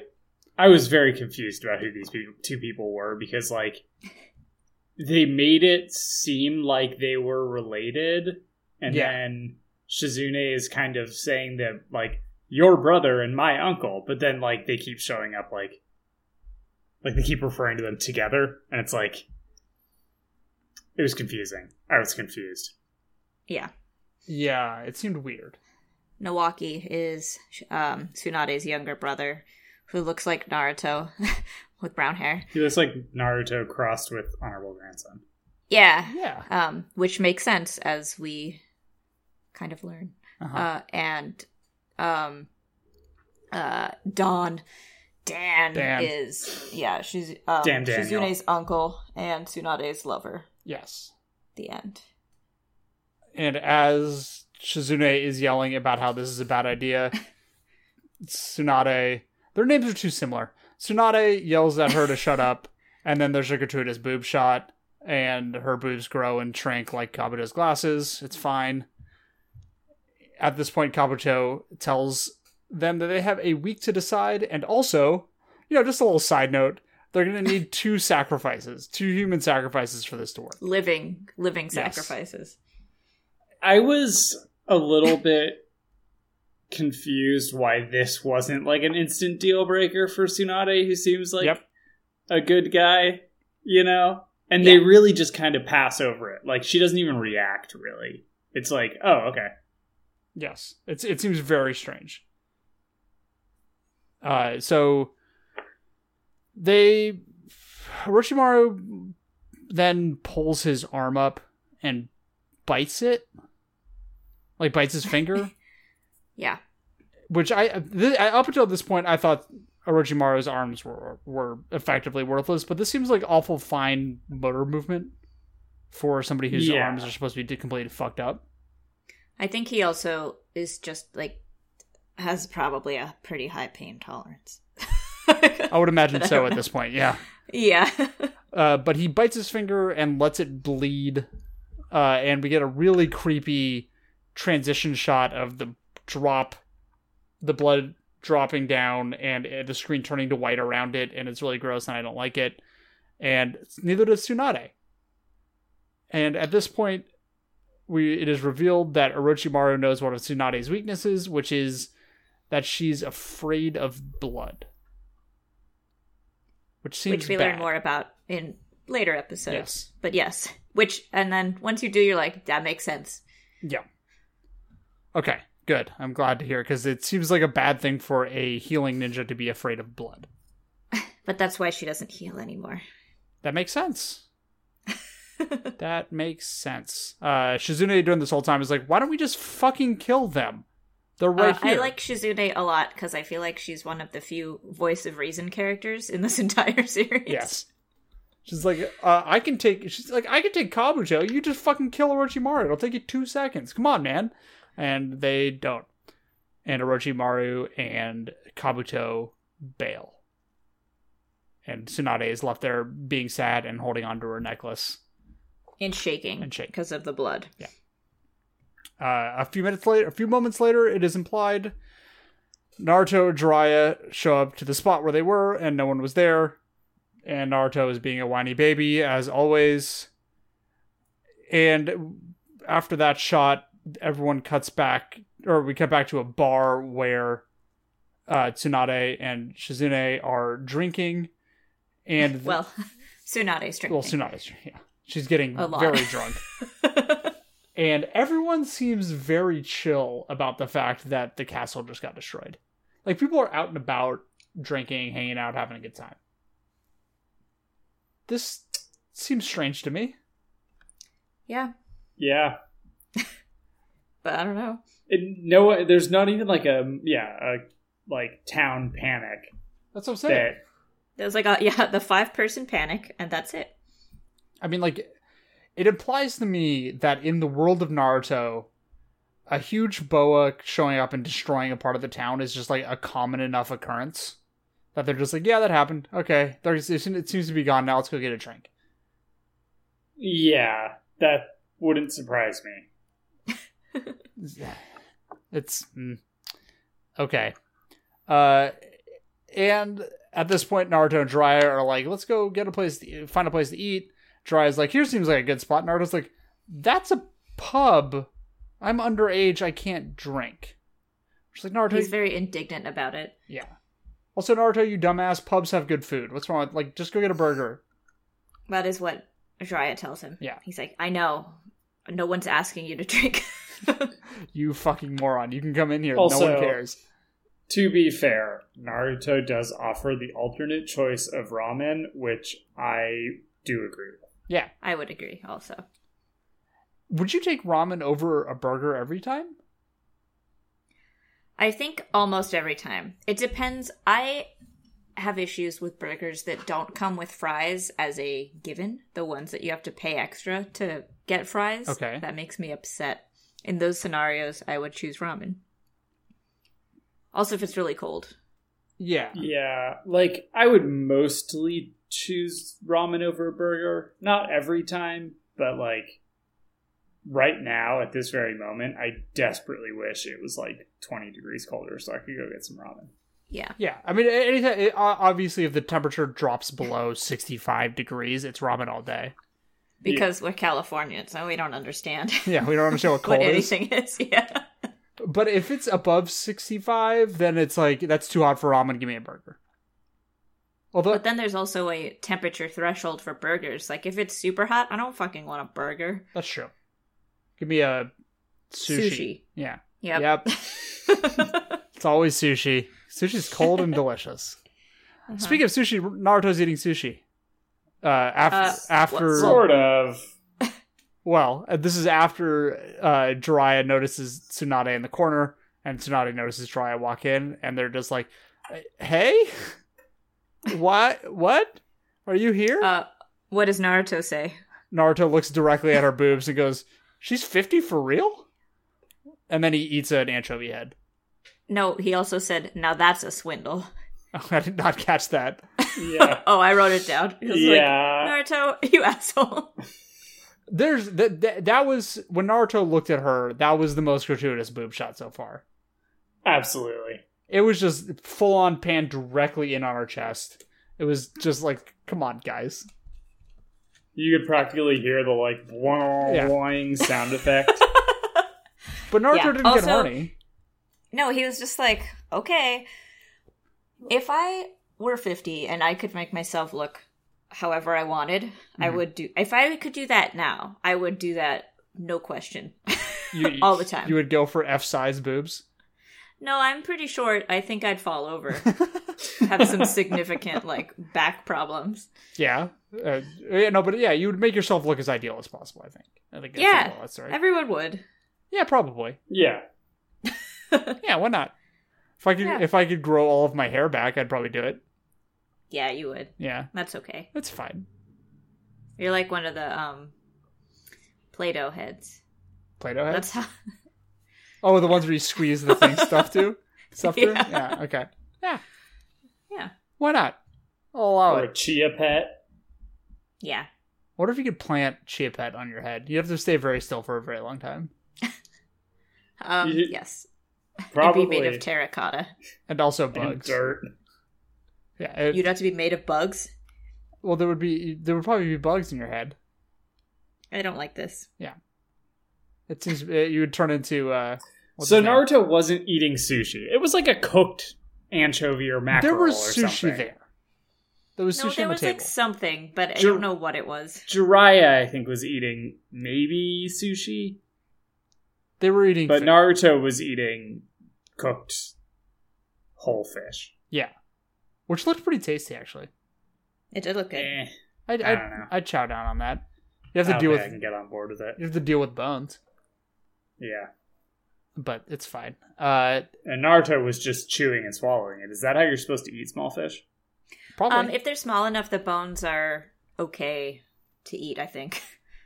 Speaker 2: I was very confused about who these peop two people were because like they made it seem like they were related, and
Speaker 1: Yeah.
Speaker 2: then Shizune is kind of saying that like your brother and my uncle, but then like they keep showing up like like they keep referring to them together, and it's like it was confusing. I was confused.
Speaker 3: Yeah.
Speaker 1: Yeah, it seemed weird.
Speaker 3: Nawaki is um, Tsunade's younger brother, who looks like Naruto [LAUGHS] with brown hair.
Speaker 2: He looks like Naruto crossed with honorable grandson.
Speaker 3: Yeah.
Speaker 1: Yeah.
Speaker 3: Um, which makes sense as we kind of learn.
Speaker 1: Uh-huh.
Speaker 3: Uh, and um, uh, Don. Dan,
Speaker 1: Dan.
Speaker 3: is yeah, she's um,
Speaker 2: Damn Daniel.
Speaker 3: Shizune's uncle and Tsunade's lover.
Speaker 1: yes.
Speaker 3: The end.
Speaker 1: And as Shizune is yelling about how this is a bad idea, Tsunade, their names are too similar. Tsunade yells at her to shut up, and then there's a gratuitous boob shot, and her boobs grow and shrink like Kabuto's glasses. It's fine. At this point, Kabuto tells them that they have a week to decide, and also, you know, just a little side note, they're going to need two sacrifices, two human sacrifices for this to work.
Speaker 3: Living, living
Speaker 1: Yes.
Speaker 3: sacrifices.
Speaker 2: I was a little bit confused why this wasn't like an instant deal breaker for Tsunade, who seems like
Speaker 1: Yep.
Speaker 2: a good guy, you know? And they
Speaker 3: Yeah.
Speaker 2: really just kind of pass over it. Like she doesn't even react really. It's like, oh, okay.
Speaker 1: Yes, it's it seems very strange. Uh, so they Orochimaru then pulls his arm up and bites it, like bites his finger.
Speaker 3: Yeah.
Speaker 1: which I, th- I up until this point I thought Orochimaru's arms were were effectively worthless, but this seems like awful fine motor movement for somebody whose
Speaker 2: Yeah.
Speaker 1: arms are supposed to be completely fucked up.
Speaker 3: I think he also is just like has probably a pretty high pain tolerance. [LAUGHS]
Speaker 1: I would imagine
Speaker 3: But I
Speaker 1: so
Speaker 3: don't
Speaker 1: at
Speaker 3: know.
Speaker 1: this point. Yeah.
Speaker 3: yeah.
Speaker 1: Uh, but he bites his finger and lets it bleed. Uh, and we get a really creepy transition shot of the drop, the blood dropping down, and uh, the screen turning to white around it. And it's really gross, and I don't like it. And neither does Tsunade. And at this point, we it is revealed that Orochimaru knows one of Tsunade's weaknesses, which is that she's afraid of blood. Which seems
Speaker 3: Which we
Speaker 1: bad.
Speaker 3: learn more about in later episodes.
Speaker 1: Yes.
Speaker 3: But yes. Which and then once you do you're like, that makes sense.
Speaker 1: Yeah. Okay, good. I'm glad to hear because it seems like a bad thing for a healing ninja to be afraid of blood.
Speaker 3: But that's why she doesn't heal anymore.
Speaker 1: That makes
Speaker 3: [LAUGHS]
Speaker 1: sense. that makes sense. Uh, Shizune during this whole time is like, why don't we just fucking kill them? They're right
Speaker 3: Uh,
Speaker 1: here.
Speaker 3: I like Shizune a lot because I feel like she's one of the few voice of reason characters in this [LAUGHS] entire series.
Speaker 1: yes. She's like, uh, I can take. She's like, I can take Kabuto. You just fucking kill Orochimaru. It'll take you two seconds. Come on, man. And they don't. And Orochimaru and Kabuto bail. And Tsunade is left there being sad and holding onto her necklace.
Speaker 3: And shaking.
Speaker 1: And shaking.
Speaker 3: Because of the blood.
Speaker 1: Uh, a few minutes later, a few moments later, it is implied Naruto and Jiraiya show up to the spot where they were, and no one was there. And Naruto is being a whiny baby as always. And after that shot, everyone cuts back, or we cut back to a bar where uh, Tsunade and Shizune are drinking, and
Speaker 3: Well, [LAUGHS] Tsunade's drinking.
Speaker 1: well, Tsunade's yeah, she's getting
Speaker 3: A lot.
Speaker 1: very
Speaker 3: [LAUGHS]
Speaker 1: drunk and everyone seems very chill about the fact that the castle just got destroyed. Like people are out and about drinking, hanging out, having a good time. This seems strange to me.
Speaker 3: yeah,
Speaker 2: Yeah.
Speaker 3: but I don't know.
Speaker 2: It, no there's not even like a yeah, a like town panic
Speaker 1: That's what I'm saying.
Speaker 2: that
Speaker 3: There's like a [LAUGHS] yeah, the five person panic, and that's it.
Speaker 1: I mean, like, it implies to me that in the world of Naruto, a huge boa showing up and destroying a part of the town is just like a common enough occurrence that they're just like, yeah, that happened. Okay, there's, it seems to be gone now. Let's go get a drink.
Speaker 2: yeah, that wouldn't surprise me.
Speaker 1: it's mm, okay. Uh, And at this point, Naruto and Jiraiya are like, let's go get a place, to, find a place to eat. Jiraiya's like, here seems like a good spot. Naruto's like, that's a pub. I'm underage. I can't drink. She's like, Naruto.
Speaker 3: He's
Speaker 1: you-
Speaker 3: very indignant about it.
Speaker 1: yeah. Also, Naruto, you dumbass. Pubs have good food. What's wrong with like just go get a burger?
Speaker 3: That is what Jiraiya tells him.
Speaker 1: Yeah.
Speaker 3: He's like, I know. No one's asking you to [LAUGHS] drink.
Speaker 1: You fucking moron. You can come in here. no
Speaker 2: Also-
Speaker 1: one cares.
Speaker 2: To be fair, Naruto does offer the alternate choice of ramen, which I do agree with.
Speaker 1: Yeah.
Speaker 3: I would agree also.
Speaker 1: Would you take ramen over a burger every time?
Speaker 3: I think almost every time. It depends. I have issues with burgers that don't come with fries as a given, the ones that you have to pay extra to get fries.
Speaker 1: Okay.
Speaker 3: That makes me upset. In those scenarios, I would choose ramen. Also, if it's really cold.
Speaker 1: Yeah.
Speaker 2: Yeah, like I would mostly choose ramen over a burger. Not every time, but like right now at this very moment, I desperately wish it was like 20 degrees colder so I could go get some ramen.
Speaker 3: Yeah.
Speaker 1: Yeah. I mean, anytime. It, o- obviously, if the temperature drops below 65 degrees, it's ramen all day.
Speaker 3: Because we're Californians, so we don't understand [LAUGHS]
Speaker 1: Yeah. We don't understand what
Speaker 3: what
Speaker 1: cold is.
Speaker 3: anything is. [LAUGHS] Yeah.
Speaker 1: But if it's above 65, then it's like, that's too hot for ramen. Give me a burger. Although,
Speaker 3: But then there's also a temperature threshold for burgers. Like if it's super hot, I don't fucking want a burger.
Speaker 1: that's true. Give me a sushi.
Speaker 3: Sushi.
Speaker 1: Yeah. Yep.
Speaker 3: Yep. [LAUGHS]
Speaker 1: It's always sushi. Sushi's cold and delicious.
Speaker 3: Uh-huh.
Speaker 1: Speaking of sushi, Naruto's eating sushi. Uh,
Speaker 3: Uh,
Speaker 1: after, after
Speaker 3: what-
Speaker 2: Sort of.
Speaker 1: Well, uh, this is after uh, Jiraiya notices Tsunade in the corner, and Tsunade notices Jiraiya walk in, and they're just like, "Uh, "Hey, [LAUGHS] what? What? Are you here?"
Speaker 3: uh, what does Naruto say?
Speaker 1: Naruto looks directly at her boobs and goes, "She's fifty for real." And then he eats an anchovy head. [LAUGHS]
Speaker 3: No, he also said, "Now that's a swindle."
Speaker 1: Oh, I did not catch that.
Speaker 2: [LAUGHS] Yeah.
Speaker 3: Oh, I wrote it down. It was
Speaker 2: yeah.
Speaker 3: Like, Naruto, [LAUGHS] you asshole.
Speaker 1: There's that. Th- that was when Naruto looked at her. That was the most gratuitous boob shot so far.
Speaker 2: Absolutely.
Speaker 1: It was just full on pan directly in on our chest. It was just like, come on, guys.
Speaker 2: You could practically hear the like boing sound effect.
Speaker 1: But Naruto
Speaker 3: Yeah.
Speaker 1: didn't get
Speaker 3: Also-
Speaker 1: horny.
Speaker 3: No, he was just like, okay, if I were 50 and I could make myself look however I wanted, I
Speaker 1: Mhm.
Speaker 3: would do, if I could do that now, I would do that, no question. [LAUGHS]
Speaker 1: You,
Speaker 3: All the time.
Speaker 1: You would go for F size boobs.
Speaker 3: No, I'm pretty short. I think I'd fall over, have some significant, like, back problems.
Speaker 1: Yeah. Uh, yeah. No, but yeah, you would make yourself look as ideal as possible. I think. I think. That's
Speaker 3: Yeah.
Speaker 1: Well, that's right.
Speaker 3: Everyone would.
Speaker 1: yeah, probably.
Speaker 2: [LAUGHS] yeah.
Speaker 1: Yeah. Why not? If I could,
Speaker 3: Yeah.
Speaker 1: if I could grow all of my hair back, I'd probably do it.
Speaker 3: Yeah, you would.
Speaker 1: Yeah,
Speaker 3: That's okay.
Speaker 1: it's fine.
Speaker 3: You're like one of the, um, Play Doh heads.
Speaker 1: Play-Doh head.
Speaker 3: That's how. [LAUGHS]
Speaker 1: Oh, the ones where you squeeze the thing stuff
Speaker 3: [LAUGHS]
Speaker 1: to stuff to.
Speaker 3: Yeah.
Speaker 1: Yeah. Okay. Yeah.
Speaker 3: Yeah.
Speaker 1: Why not? I'll allow
Speaker 2: Or
Speaker 1: Oh, it.
Speaker 2: a chia pet.
Speaker 3: Yeah.
Speaker 1: What if you could plant chia pet on your head? You have to stay very still for a very long time,
Speaker 3: Um,
Speaker 2: You-
Speaker 3: yes.
Speaker 2: Probably.
Speaker 3: It'd be made of terracotta.
Speaker 1: and also
Speaker 2: and
Speaker 1: bugs.
Speaker 2: dirt.
Speaker 1: Yeah. it-
Speaker 3: You'd have to be made of bugs.
Speaker 1: Well, there would be there would probably be bugs in your head.
Speaker 3: I don't like this.
Speaker 1: It seems uh, you would turn into. uh what's
Speaker 2: so
Speaker 1: his name?
Speaker 2: Naruto wasn't eating sushi. It was like a cooked anchovy or mackerel.
Speaker 1: there was
Speaker 2: or
Speaker 1: sushi
Speaker 2: something.
Speaker 1: there. There was
Speaker 3: no,
Speaker 1: sushi
Speaker 3: there
Speaker 1: on the
Speaker 3: was
Speaker 1: table.
Speaker 3: like something, but I
Speaker 2: Sure.
Speaker 3: don't know what it was.
Speaker 2: Jiraiya, I think, was eating maybe sushi,
Speaker 1: they were eating.
Speaker 2: but
Speaker 1: food.
Speaker 2: Naruto was eating cooked whole fish.
Speaker 1: yeah, which looked pretty tasty actually.
Speaker 3: It did look good.
Speaker 2: Eh,
Speaker 1: I'd
Speaker 2: I
Speaker 1: I'd,
Speaker 2: don't know.
Speaker 1: I'd chow down on that. You
Speaker 2: I
Speaker 1: have to
Speaker 2: don't
Speaker 1: deal
Speaker 2: think
Speaker 1: with
Speaker 2: I can get on board with it.
Speaker 1: you have to deal with bones,
Speaker 2: Yeah,
Speaker 1: but it's fine. Uh,
Speaker 2: and Naruto was just chewing and swallowing it. Is that how you're supposed to eat small fish?
Speaker 1: probably.
Speaker 3: Um, if they're small enough, the bones are okay to eat. I think.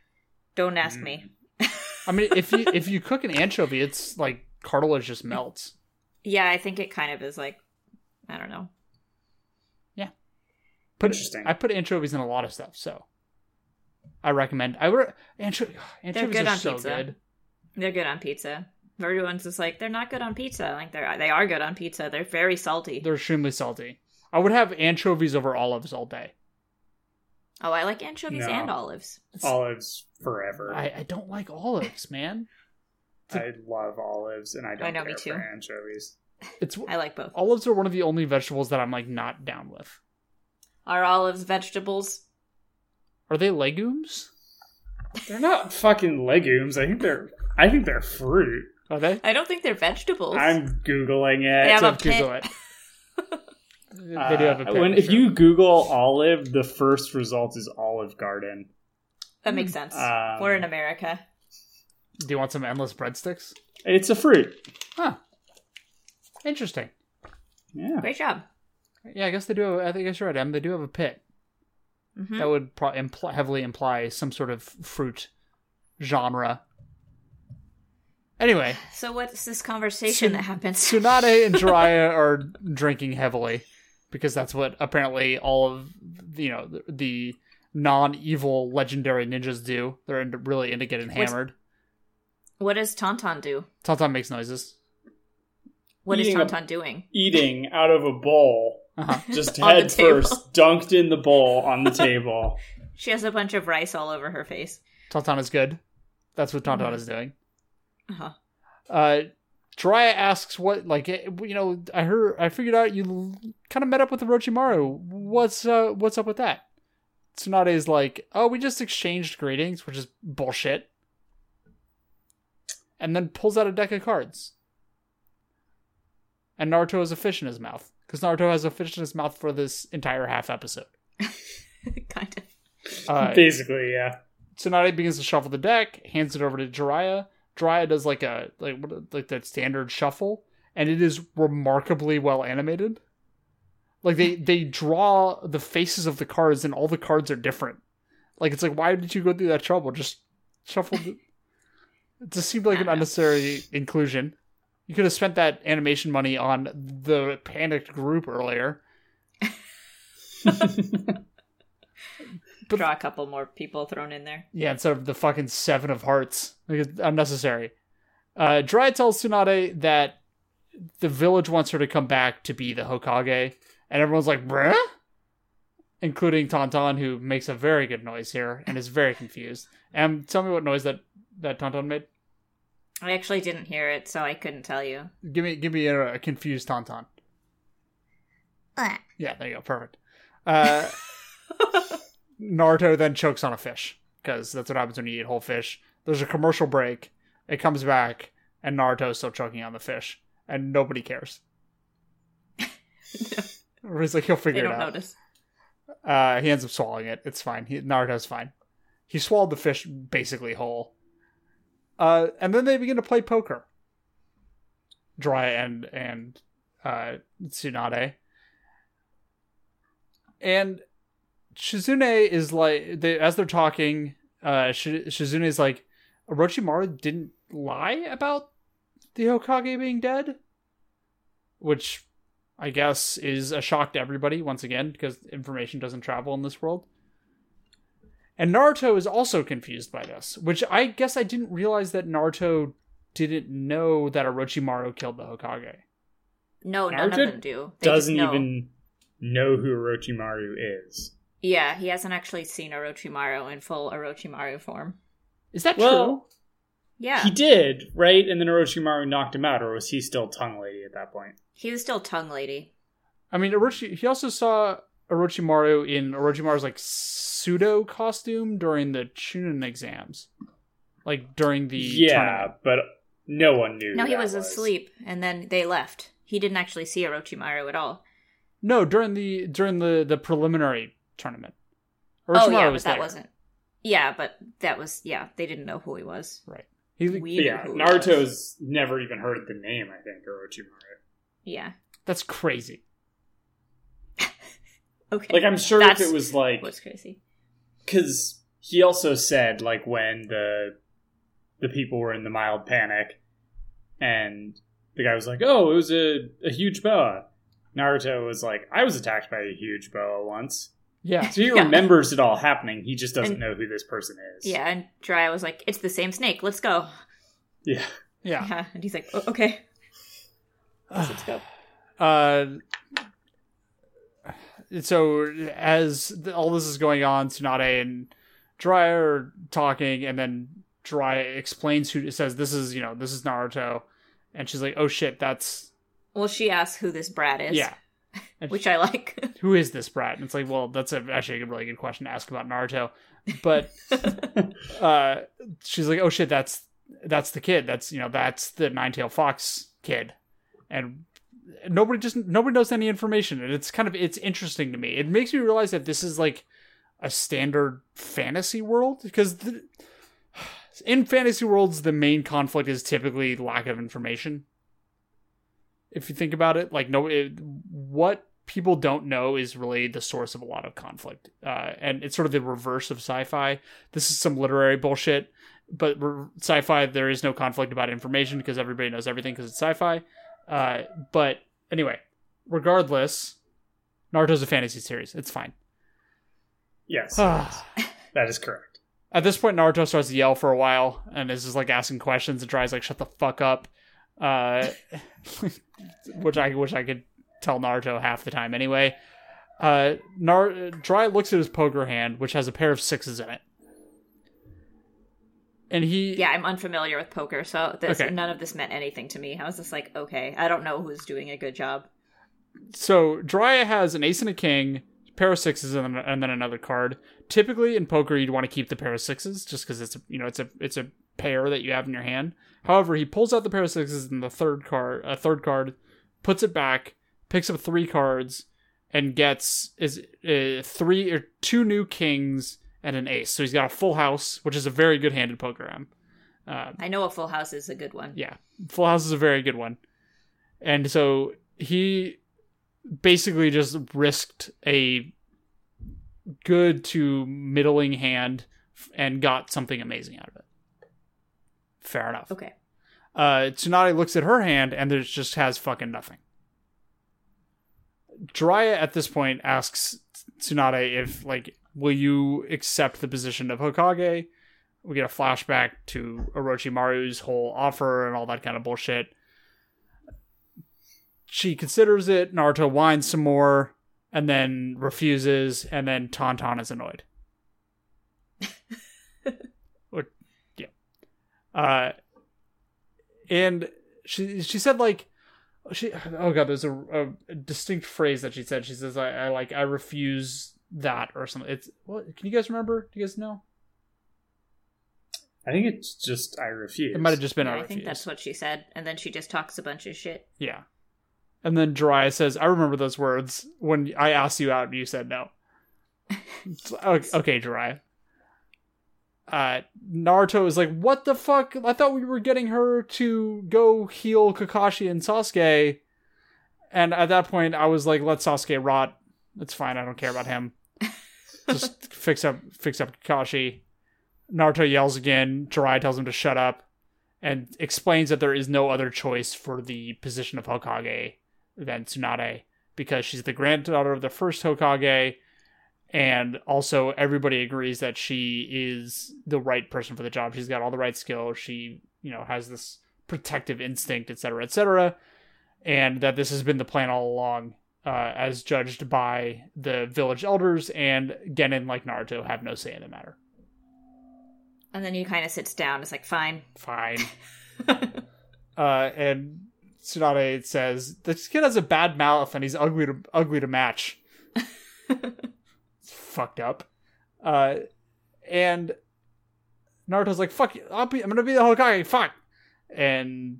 Speaker 3: [LAUGHS] don't ask
Speaker 2: Mm.
Speaker 3: me.
Speaker 1: I mean, if you if you cook an anchovy, it's like cartilage just melts.
Speaker 3: Yeah, I think it kind of is like, I don't know.
Speaker 1: Put,
Speaker 2: Interesting.
Speaker 1: I put anchovies in a lot of stuff, so I recommend. I would ancho- anchovies
Speaker 3: good
Speaker 1: are
Speaker 3: on
Speaker 1: so
Speaker 3: pizza.
Speaker 1: good.
Speaker 3: They're good on pizza. Everyone's just like they're not good on pizza. Like they're they are good on pizza. They're very salty.
Speaker 1: They're extremely salty. I would have anchovies over olives all day.
Speaker 3: Oh, I like anchovies
Speaker 2: No.
Speaker 3: and olives.
Speaker 2: olives forever.
Speaker 1: I,
Speaker 2: I,
Speaker 1: I don't like olives, man.
Speaker 2: love olives, and I don't
Speaker 3: know,
Speaker 2: care
Speaker 3: me too.
Speaker 2: for anchovies.
Speaker 1: It's
Speaker 3: I like both.
Speaker 1: olives are one of the only vegetables that I'm like not down with.
Speaker 3: Are olives vegetables?
Speaker 1: Are they legumes?
Speaker 2: They're not fucking legumes. I think they're. I think they're fruit.
Speaker 1: Are they?
Speaker 3: I don't think they're vegetables.
Speaker 2: I'm googling it.
Speaker 3: They have a
Speaker 1: So Google
Speaker 3: [LAUGHS] pit.
Speaker 1: it. they do have a
Speaker 2: Uh,
Speaker 1: pit.
Speaker 2: when if
Speaker 1: sure.
Speaker 2: you Google olive, the first result is Olive Garden.
Speaker 3: That makes sense.
Speaker 2: Um,
Speaker 3: We're in America.
Speaker 1: do you want some endless breadsticks?
Speaker 2: It's a fruit.
Speaker 1: Huh. Interesting.
Speaker 2: Yeah.
Speaker 3: Great job.
Speaker 1: Yeah, I guess they do. Have, I think I guess you're right, Em. They do have a pit.
Speaker 3: Mhm.
Speaker 1: That would pro- impl- heavily imply some sort of fruit genre. Anyway,
Speaker 3: So what's this conversation
Speaker 1: Tsun-
Speaker 3: that
Speaker 2: [LAUGHS]
Speaker 3: happens?
Speaker 1: Tsunade and Jiraiya are drinking heavily because that's what apparently all of you know the, the non-evil legendary ninjas do. They're into, really into getting
Speaker 3: What's-
Speaker 1: hammered.
Speaker 3: what does Tauntaun do?
Speaker 1: Tauntaun makes noises.
Speaker 3: What is
Speaker 2: Eating a-
Speaker 3: Tauntaun doing?
Speaker 2: Eating out of a bowl,
Speaker 1: Uh-huh.
Speaker 2: [LAUGHS] just
Speaker 3: On the
Speaker 2: head first, dunked in the bowl on
Speaker 3: [LAUGHS]
Speaker 2: the table.
Speaker 3: She has a bunch of rice all over her face. [LAUGHS]
Speaker 1: Tauntaun is good. That's what Tauntaun is doing.
Speaker 3: Uh-huh.
Speaker 1: Uh, Jiraiya asks what like eh, you know. I heard I figured out you kind of met up with Orochimaru. What's uh what's up with that? Tsunade is like, oh, we just exchanged greetings, which is bullshit. And then pulls out a deck of cards. And Naruto has a fish in his mouth because Naruto has a fish in his mouth for this entire half episode.
Speaker 3: kind of.
Speaker 1: Uh,
Speaker 2: Basically, yeah.
Speaker 1: Tsunade begins to shuffle the deck, hands it over to Jiraiya. Jiraiya does like a like what- like that standard shuffle, and it is remarkably well animated. Like they they draw the faces of the cards, and all the cards are different. Like it's like why did you go through that trouble? Just shuffle. The... [LAUGHS] it just seemed like
Speaker 3: I
Speaker 1: an
Speaker 3: don't know.
Speaker 1: unnecessary inclusion. You could have spent that animation money on the panicked group earlier. But-
Speaker 3: Draw a couple more people thrown in there.
Speaker 1: Yeah, instead of the fucking seven of hearts. Like it's unnecessary. Uh Dry tells Tsunade that the village wants her to come back to be the Hokage, and everyone's like, bruh? Including Tauntaun, who makes a very good noise here and is very confused. Um tell me what noise that, that Tauntaun made.
Speaker 3: I actually didn't hear it, so I couldn't tell you.
Speaker 1: Give me give me a, a confused Tauntaun.
Speaker 3: Ah.
Speaker 1: Yeah, there you go, perfect. Uh
Speaker 3: [LAUGHS]
Speaker 1: Naruto then chokes on a fish because that's what happens when you eat whole fish. There's a commercial break. It comes back, and Naruto's still choking on the fish, and nobody
Speaker 3: [LAUGHS]
Speaker 1: cares. Everybody's like, he'll
Speaker 3: they
Speaker 1: figure it
Speaker 3: don't
Speaker 1: out.
Speaker 3: notice.
Speaker 1: Uh, he ends up swallowing it. It's fine. He, Naruto's fine. He swallowed the fish basically whole. Uh, and then they begin to play poker. Jiraiya and and uh, Tsunade. And Shizune is like, they, as they're talking, uh, Shi- Shizune is like, Orochimaru didn't lie about the Hokage being dead, which I guess is a shock to everybody once again because information doesn't travel in this world. And Naruto is also confused by this, which I guess I didn't realize that Naruto didn't know that Orochimaru killed the Hokage.
Speaker 3: No, none of
Speaker 2: Naruto
Speaker 3: them do. They just
Speaker 2: Doesn't
Speaker 3: know.
Speaker 2: even know who Orochimaru is.
Speaker 3: Yeah, he hasn't actually seen Orochimaru in full Orochimaru form.
Speaker 1: Is that
Speaker 2: Well-
Speaker 3: Yeah,
Speaker 2: He
Speaker 3: he,
Speaker 2: did, right? And then Orochimaru knocked him out, or was he still tongue lady at that point?
Speaker 3: was still tongue lady.
Speaker 1: true? I mean, Orochi. He also saw Orochimaru in Orochimaru's like pseudo costume during the Chunin exams, like during the
Speaker 2: yeah,
Speaker 1: tournament.
Speaker 2: but no one knew.
Speaker 3: No, he
Speaker 2: that
Speaker 3: was asleep, and then they left. He didn't actually see Orochimaru at all.
Speaker 1: No, during the during the the preliminary tournament.
Speaker 3: Oh yeah,
Speaker 1: Orochimaru
Speaker 3: but
Speaker 1: was
Speaker 3: that
Speaker 1: there.
Speaker 3: wasn't. Yeah, but that was yeah. They didn't know who he was.
Speaker 1: right. He,
Speaker 3: We knew
Speaker 2: Yeah,
Speaker 3: who he was.
Speaker 2: Naruto's never even heard the name. I think Orochimaru.
Speaker 3: Yeah.
Speaker 1: That's crazy.
Speaker 3: Okay.
Speaker 2: Like I'm sure
Speaker 3: That's
Speaker 2: if it was like
Speaker 3: what's crazy.
Speaker 2: because he also said like when the the people were in the mild panic, and the guy was like, "Oh, it was a, a huge boa." Naruto was like, "I was attacked by a huge boa once." [LAUGHS]
Speaker 1: Yeah.
Speaker 2: So he
Speaker 3: [LAUGHS] Yeah.
Speaker 2: remembers it all happening. He just doesn't
Speaker 3: And-
Speaker 2: know who this person is.
Speaker 3: Yeah, and Jiraiya was like, "It's the same snake. Let's go."
Speaker 2: Yeah.
Speaker 1: Yeah.
Speaker 3: Yeah, [LAUGHS] and he's like, "O- "Okay,
Speaker 1: Uh,
Speaker 3: let's go."
Speaker 1: uh, so as th- all this is going on, Tsunade and Dry are talking, and then Dry explains who says this is you know this is Naruto, and she's like, oh shit, that's
Speaker 3: Well, she asks who this brat is. [LAUGHS]
Speaker 1: yeah. And
Speaker 3: Which I like. [LAUGHS]
Speaker 1: [LAUGHS] who is this brat? And it's like, well, that's a, actually a really good question to ask about Naruto. But uh, she's like, oh shit, that's that's the kid. That's you know, that's the nine tail fox kid, and nobody just nobody knows any information, and it's kind of it's interesting to me. It makes me realize that this is like a standard fantasy world because the, [SIGHS] in fantasy worlds, the main conflict is typically lack of information if you think about it like no it, what people don't know is really the source of a lot of conflict uh, and it's sort of the reverse of sci-fi this is some literary bullshit but re- sci-fi there is no conflict about information because everybody knows everything because it's sci-fi uh, but anyway regardless naruto's a fantasy series it's fine [SIGHS]
Speaker 2: yes,
Speaker 1: at
Speaker 2: that is correct.
Speaker 1: this point naruto starts to yell for a while and is just like asking questions and tries like shut the fuck up uh, [LAUGHS] which I wish I could tell Naruto half the time anyway. Uh, Nar- Dry looks at his poker hand, which has a pair of sixes in it, and he
Speaker 3: yeah, I'm unfamiliar with poker, so this,
Speaker 1: Okay.
Speaker 3: none of this meant anything to me. I was just like, okay, I don't know who's doing a good job.
Speaker 1: so Dry has an ace and a king, pair of sixes, and then, and then another card. Typically in poker, you'd want to keep the pair of sixes just because it's a, you know it's a it's a pair that you have in your hand. However, he pulls out the pair of sixes and the third card, a third card, puts it back, picks up three cards, and gets is uh, three or two new kings and an ace. So he's got a full house, which is a very good hand in poker. Em. Um,
Speaker 3: I know a full house is a good one.
Speaker 1: yeah, Full House is a very good one. And so he basically just risked a good to middling hand f- and got something amazing out of it. Fair enough.
Speaker 3: Okay.
Speaker 1: Uh, Tsunade looks at her hand and there's just has fucking nothing. Jiraiya at this point asks Tsunade if like will you accept the position of Hokage? We get a flashback to Orochimaru's whole offer and all that kind of bullshit. She considers it, Naruto whines some more, and then refuses, and then Tauntaun is annoyed. or, yeah. Uh, and she she said like she oh god there's a, a distinct phrase that she said she says I, I like i refuse that or something it's what can you guys remember do you guys know
Speaker 2: I think it's just I refuse.
Speaker 1: it might have just been
Speaker 3: Yeah,
Speaker 1: i
Speaker 3: I
Speaker 1: refuse
Speaker 3: think that's what she said, and then she just talks a bunch of shit.
Speaker 1: yeah and then Jiraiya says i remember those words when i asked you out and you said no It's like, okay, okay Jiraiya. uh naruto is like what the fuck i thought we were getting her to go heal kakashi and sasuke and at that point i was like let sasuke rot it's fine i don't care about him just fix up fix up Kakashi. Naruto yells again. Jiraiya tells him to shut up and explains that there is no other choice for the position of Hokage than Tsunade because she's the granddaughter of the first Hokage and also everybody agrees that she is the right person for the job. She's got all the right skills. She, you know, has this protective instinct, etc., etc. And that this has been the plan all along uh, as judged by the village elders, and Genin, like Naruto, have no say in the matter.
Speaker 3: And then he kind of sits down. It's like, fine.
Speaker 1: Fine. [LAUGHS] uh, and Tsunade says, This kid has a bad mouth and he's ugly to, ugly to match. it's fucked up. Uh, and Naruto's like, Fuck, you, I'll be, I'm going to be the Hokage, fuck. And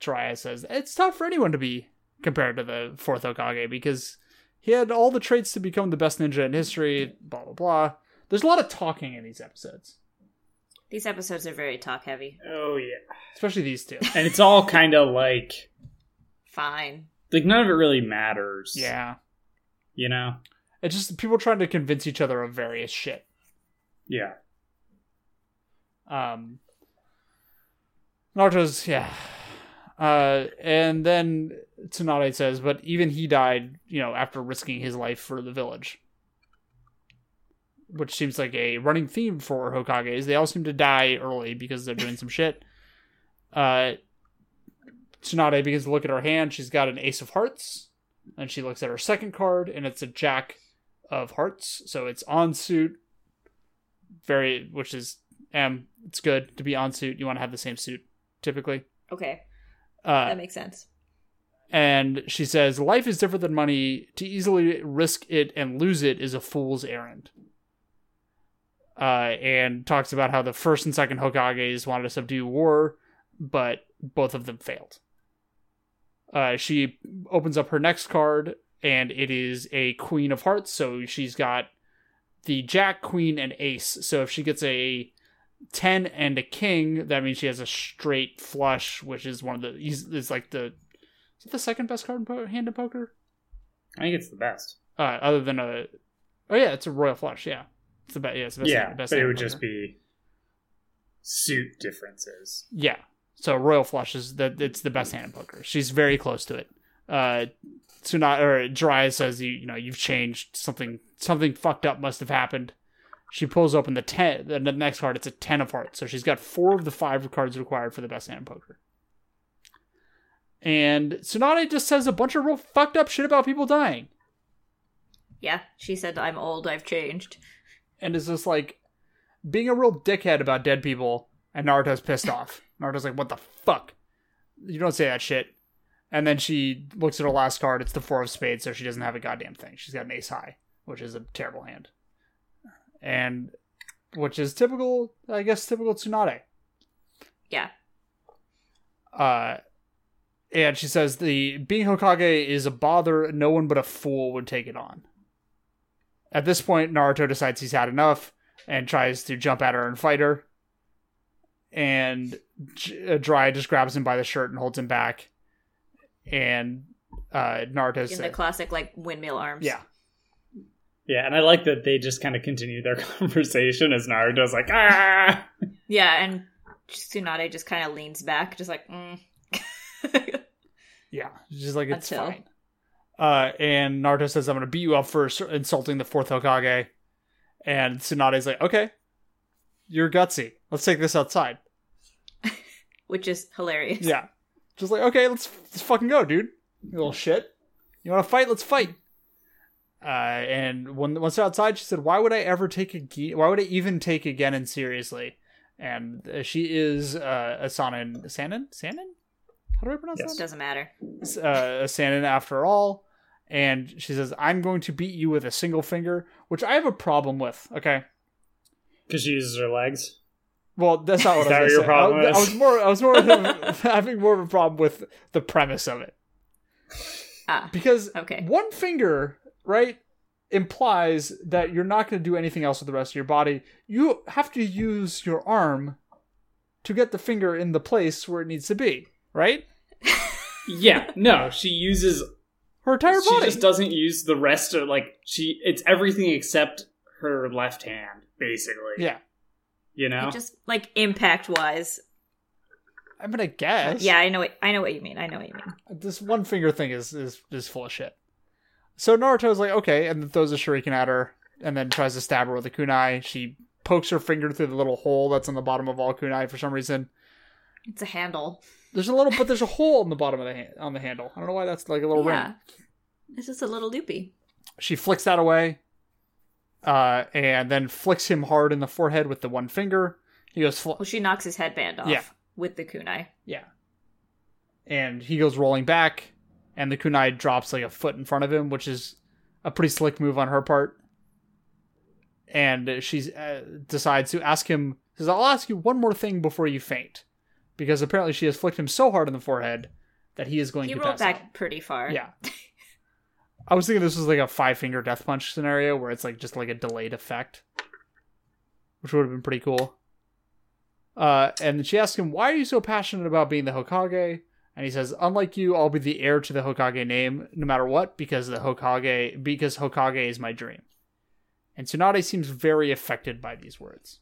Speaker 1: Jiraiya says, It's tough for anyone to be compared to the fourth Hokage because he had all the traits to become the best ninja in history, blah, blah, blah. There's a lot of talking in these episodes,
Speaker 3: These episodes are very talk heavy.
Speaker 2: Oh yeah,
Speaker 1: especially these two.
Speaker 2: and it's all kind of like
Speaker 3: Fine.
Speaker 2: like none of it really matters.
Speaker 1: Yeah.
Speaker 2: you know.
Speaker 1: It's just people trying to convince each other of various shit.
Speaker 2: Yeah,
Speaker 1: Um, Naruto's, yeah. Uh, and then Tsunade says, but even he died, you know, after risking his life for the village. Which seems like a running theme for Hokages. They all seem to die early because they're doing some shit. Uh, Tsunade begins to look at her hand. She's got an ace of hearts. And she looks at her second card, and it's a jack of hearts. So it's on suit, very which is M. It's good to be on suit. You want to have the same suit typically.
Speaker 3: Okay,
Speaker 1: Uh,
Speaker 3: that makes sense.
Speaker 1: and she says, "Life is different than money. To easily risk it and lose it is a fool's errand." Uh, and talks about how the first and second Hokages wanted to subdue war, but both of them failed. Uh, she opens up her next card, and it is a Queen of Hearts. So she's got the Jack, Queen, and Ace. So if she gets a ten and a King, that means she has a straight flush, which is one of the is like the is it the second best card in po- hand in poker?
Speaker 2: I think it's the best.
Speaker 1: Uh, other than a, oh yeah, it's a royal flush. Yeah, it's the best. Yeah, it's the best.
Speaker 2: yeah,
Speaker 1: hand- best
Speaker 2: but it
Speaker 1: hand in
Speaker 2: would just
Speaker 1: poker.
Speaker 2: be suit differences.
Speaker 1: yeah. So royal flush is the it's the best hand in poker. She's very close to it. Uh, Tsunade or Dry says you you know you've changed something something fucked up must have happened. She pulls open the ten the the next card. It's a ten of hearts. So she's got four of the five cards required for the best hand in poker. And Tsunade just says a bunch of real fucked up shit about people dying.
Speaker 3: Yeah, she said, "I'm old. I've changed."
Speaker 1: and is just like being a real dickhead about dead people and Naruto's pissed off. Naruto's like, What the fuck? You don't say that shit. And then she looks at her last card, it's the four of spades, so she doesn't have a goddamn thing. She's got an ace high, which is a terrible hand. And which is typical I guess typical Tsunade.
Speaker 3: Yeah.
Speaker 1: Uh and she says the being Hokage is a bother, no one but a fool would take it on. At this point, Naruto decides he's had enough and tries to jump at her and fight her. And J- uh, Jiraiya just grabs him by the shirt and holds him back. And uh, Naruto
Speaker 3: In the
Speaker 1: says,
Speaker 3: classic, like windmill arms.
Speaker 1: "Yeah,
Speaker 2: Yeah, and I like that they just kind of continue their [LAUGHS] conversation as Naruto's like, ah,
Speaker 3: yeah, and Tsunade just kind of leans back, just like, mm. [LAUGHS]
Speaker 1: yeah." She's like, "It's
Speaker 3: Until-
Speaker 1: fine." Uh, and Naruto says, "I'm going to beat you up for s- insulting the fourth Hokage." And Tsunade's like, "Okay, you're gutsy. Let's take this outside."
Speaker 3: which is hilarious.
Speaker 1: Yeah. Just like, okay, let's, let's fucking go, dude. You little shit. You want to fight? Let's fight. Uh, and when once they're outside, she said, "Why would I ever take a ge- Why would I even take a Genin seriously?" And uh, she is uh, a Sanin, Sanin, Sanin. How do I pronounce
Speaker 2: Yes.
Speaker 1: that?
Speaker 3: Doesn't matter.
Speaker 1: S- Uh, a Sanin after all. And she says, "I'm going to beat you with a single finger," which I have a problem with. Okay,
Speaker 2: because she uses her legs.
Speaker 1: Well, that's not what
Speaker 2: [LAUGHS]
Speaker 1: I
Speaker 2: Is that
Speaker 1: was
Speaker 2: what your
Speaker 1: gonna say. I-
Speaker 2: problem
Speaker 1: I,
Speaker 2: is?
Speaker 1: was more. I was more
Speaker 2: [LAUGHS]
Speaker 1: of- [LAUGHS] having more of a problem with the premise of it.
Speaker 3: Ah.
Speaker 1: Because
Speaker 3: Okay.
Speaker 1: one finger, right, implies that you're not going to do anything else with the rest of your body. You have to use your arm to get the finger in the place where it needs to be, right?
Speaker 2: Yeah, no, she uses.
Speaker 1: [LAUGHS] Her entire
Speaker 2: she
Speaker 1: body.
Speaker 2: just doesn't use the rest of like she. It's everything except her left hand, basically.
Speaker 1: yeah,
Speaker 2: you know.
Speaker 3: It Just like impact wise.
Speaker 1: I mean, I guess.
Speaker 3: Yeah, I know. What, I know what you mean. I know what you mean.
Speaker 1: this one finger thing is is is full of shit. So Naruto's like, okay, and then throws a shuriken at her, and then tries to stab her with a kunai. She pokes her finger through the little hole that's on the bottom of all kunai for some reason.
Speaker 3: It's a handle.
Speaker 1: There's a little, but there's a hole on the bottom of the hand, on the handle. I don't know why that's like a little
Speaker 3: yeah.
Speaker 1: ring.
Speaker 3: It's just a little loopy.
Speaker 1: She flicks that away, uh, and then flicks him hard in the forehead with the one finger. He goes, fl-
Speaker 3: Well, she knocks his headband off
Speaker 1: Yeah.
Speaker 3: with the kunai.
Speaker 1: Yeah. And he goes rolling back, and the kunai drops like a foot in front of him, which is a pretty slick move on her part. And she uh, decides to ask him, says, I'll ask you one more thing before you faint. Because apparently she has flicked him so hard in the forehead that he is going
Speaker 3: He
Speaker 1: to
Speaker 3: rolled
Speaker 1: pass
Speaker 3: back
Speaker 1: out.
Speaker 3: pretty far.
Speaker 1: Yeah. I was thinking this was like a five finger death punch scenario where it's like just like a delayed effect, which would have been pretty cool. Uh, and she asks him, "Why are you so passionate about being the Hokage?" And he says, "Unlike you, I'll be the heir to the Hokage name, no matter what, because the Hokage, because Hokage is my dream." And Tsunade seems very affected by these words.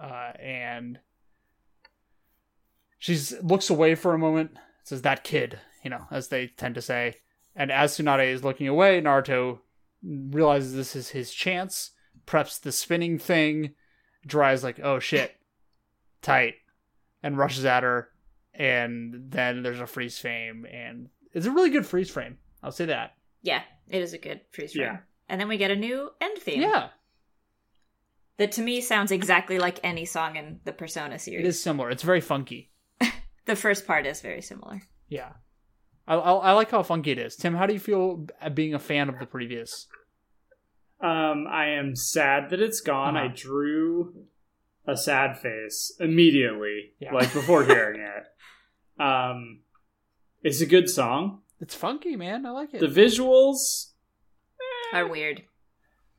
Speaker 1: Uh, and she looks away for a moment, says, That kid, you know, as they tend to say. And as Tsunade is looking away, Naruto realizes this is his chance, preps the spinning thing. Jiraiya's like, Oh shit, tight, and rushes at her. And then there's a freeze frame, and it's a really good freeze frame. I'll say that.
Speaker 3: Yeah. It is a good freeze frame.
Speaker 2: Yeah.
Speaker 3: and then we get a new end theme.
Speaker 1: Yeah,
Speaker 3: That to me sounds exactly like any song in the Persona series.
Speaker 1: it is similar. It's very funky.
Speaker 3: The first part is very similar.
Speaker 1: Yeah, I, I, I like how funky it is. Tim, how do you feel uh, being a fan of the previous?
Speaker 2: Um, I am sad that it's gone.
Speaker 1: Uh-huh.
Speaker 2: I drew a sad face immediately,
Speaker 1: Yeah.
Speaker 2: like before hearing it.
Speaker 1: [LAUGHS]
Speaker 2: Um, it's a good song.
Speaker 1: It's funky, man. I like it.
Speaker 2: The visuals,
Speaker 3: Are weird.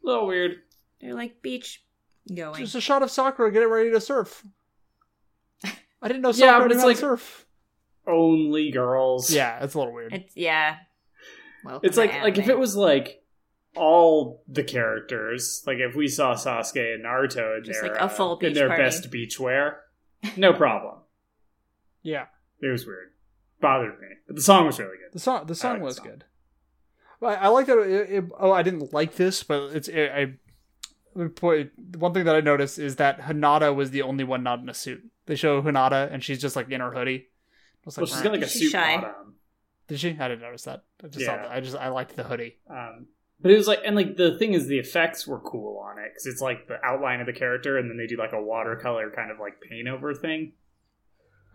Speaker 2: a little weird.
Speaker 3: They're like beach going.
Speaker 1: Just a shot of Sakura, get it ready to surf. I didn't know
Speaker 2: [LAUGHS] Yeah,
Speaker 1: Sakura
Speaker 2: but
Speaker 1: knew how
Speaker 2: it's
Speaker 1: to
Speaker 2: like-
Speaker 1: surf.
Speaker 2: Only girls.
Speaker 1: Yeah, it's a little weird.
Speaker 3: It's yeah. Well,
Speaker 2: It's like like if it was like all the characters, like if we saw Sasuke and Naruto in
Speaker 3: Just
Speaker 2: their
Speaker 3: like a full
Speaker 2: uh, in
Speaker 3: beach
Speaker 2: their
Speaker 3: party.
Speaker 2: best beachwear,
Speaker 1: [LAUGHS]
Speaker 2: no problem.
Speaker 1: yeah,
Speaker 2: It was weird, bothered me, but the song was really good.
Speaker 1: the song the song
Speaker 2: like the
Speaker 1: was
Speaker 2: song.
Speaker 1: good. Well, I, I like that. It, it- oh, I didn't like this, but it's it, I. the point- One thing that I noticed is that Hinata was the only one not in a suit. They show Hinata and she's just like in her hoodie. I was
Speaker 2: Well,
Speaker 1: like,
Speaker 2: she's got like a
Speaker 3: She's
Speaker 2: suit
Speaker 3: shy.
Speaker 2: bottom.
Speaker 1: Did she? I didn't notice that. I just saw
Speaker 2: Yeah.
Speaker 1: that. I just I liked the hoodie.
Speaker 2: Um, but it was like, and like the thing is, the effects were cool on it because it's like the outline of the character, and then they do like a watercolor kind of like paint over thing.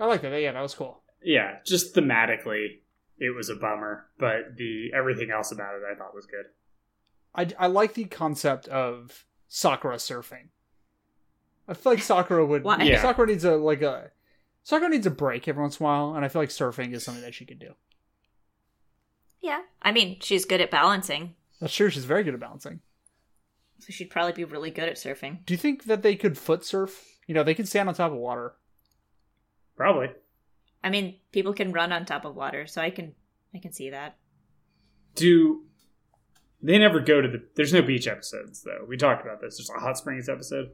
Speaker 1: I liked that. Yeah, that was cool.
Speaker 2: Yeah, just thematically, it was a bummer, but the everything else about it I thought was good.
Speaker 1: I, I like the concept of Sakura surfing. I feel like Sakura would.
Speaker 3: Why?
Speaker 2: Yeah.
Speaker 1: Sakura needs a like a Sakura needs a break every once in a while, and I feel like surfing is something that she could do.
Speaker 3: yeah, I mean, she's good at balancing,
Speaker 1: That's true. She's very good at balancing.
Speaker 3: so she'd probably be really good at surfing.
Speaker 1: Do you think that they could foot surf? You know, they can stand on top of water.
Speaker 2: Probably.
Speaker 3: I mean, people can run on top of water, so I can I can see that.
Speaker 2: Do they never go to the? There's no beach episodes though. We talked about this. There's a hot springs episode,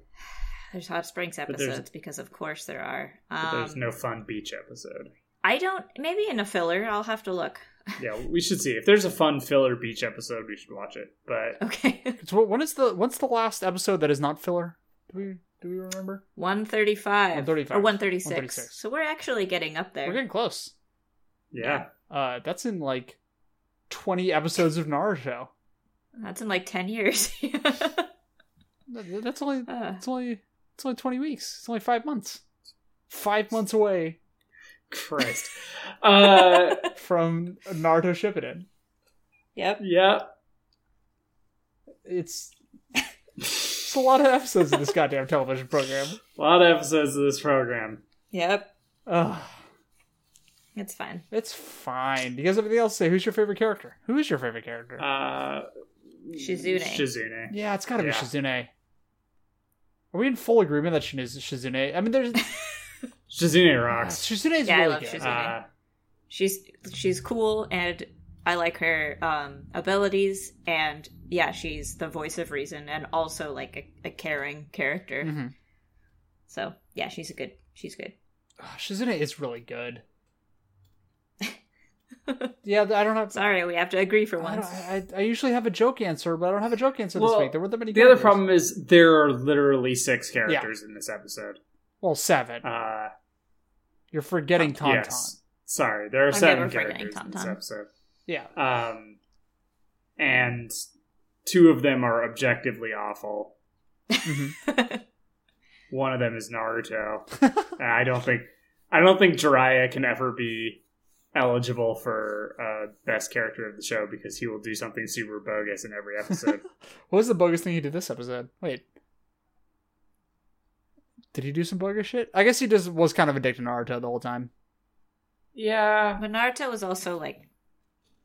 Speaker 3: There's hot springs
Speaker 2: there's-
Speaker 3: episodes because of course there are.
Speaker 2: but
Speaker 3: Um,
Speaker 2: there's no fun beach episode.
Speaker 3: I don't. Maybe in a filler, I'll have to look. [LAUGHS]
Speaker 2: Yeah, we should see if there's a fun filler beach episode. We should watch it. But
Speaker 3: Okay,
Speaker 1: It's, what- when is the when's the last episode that is not filler? Do we do we remember?
Speaker 3: one thirty-five
Speaker 1: 135.
Speaker 3: or one thirty-six.
Speaker 1: 136.
Speaker 3: So we're actually getting up
Speaker 1: We're
Speaker 3: there.
Speaker 1: getting close.
Speaker 2: yeah,
Speaker 1: Uh, that's in like twenty episodes of Naruto.
Speaker 3: That's in like ten years. [LAUGHS]
Speaker 1: That- That's only
Speaker 3: Uh,
Speaker 1: It's only it's only twenty weeks. It's only five months. Five months away
Speaker 2: Christ. uh, [LAUGHS]
Speaker 1: from Naruto Shippuden.
Speaker 3: yep.
Speaker 2: yeah.
Speaker 1: It's it's a lot of episodes of this goddamn television program.
Speaker 2: A lot of episodes of this program.
Speaker 3: Yep.
Speaker 1: Ugh,
Speaker 3: It's fine.
Speaker 1: it's fine. Do you guys have anything else to say? Who's your favorite character? Who is your favorite character?
Speaker 2: Uh,
Speaker 3: Shizune.
Speaker 2: Shizune.
Speaker 1: yeah, it's gotta
Speaker 2: yeah.
Speaker 1: be Shizune. Are we in full agreement that Shinu- Shizune? I mean,
Speaker 2: [LAUGHS]
Speaker 1: there's
Speaker 2: Shizune rocks.
Speaker 1: Shizune's
Speaker 3: Yeah, I
Speaker 1: really
Speaker 3: love
Speaker 1: good.
Speaker 3: Shizune.
Speaker 2: Uh,
Speaker 3: She's she's cool and I like her um abilities and yeah, she's the voice of reason and also like a, a caring character.
Speaker 1: Mhm.
Speaker 3: So yeah, she's a good she's good.
Speaker 1: Ugh, Shizune is really
Speaker 3: [LAUGHS]
Speaker 1: good. yeah, I don't have.
Speaker 3: Sorry, we have to agree for
Speaker 1: I,
Speaker 3: once.
Speaker 1: don't- I, I usually have a joke answer, but I don't have a joke answer this
Speaker 2: Well,
Speaker 1: week. There weren't that many.
Speaker 2: the other
Speaker 1: characters.
Speaker 2: problem is there are literally six characters in this episode.
Speaker 1: well, seven.
Speaker 2: Uh,
Speaker 1: You're forgetting Tauntaun.
Speaker 2: yes. Sorry, there are
Speaker 3: I'm
Speaker 2: seven
Speaker 3: never forgetting
Speaker 2: characters in this
Speaker 3: Tauntaun.
Speaker 2: episode. [LAUGHS]
Speaker 1: Yeah,
Speaker 2: Um, and two of them are objectively awful.
Speaker 1: Mm-hmm.
Speaker 3: [LAUGHS]
Speaker 2: One of them is Naruto. And I don't think I don't think Jiraiya can ever be eligible for uh, best character of the show because he will do something super bogus in every
Speaker 3: [LAUGHS]
Speaker 2: episode.
Speaker 1: what was the bogus thing he did this episode? Wait, did he do some bogus shit? I guess he just was kind of addicted to Naruto the whole time.
Speaker 2: yeah,
Speaker 3: But Naruto was also like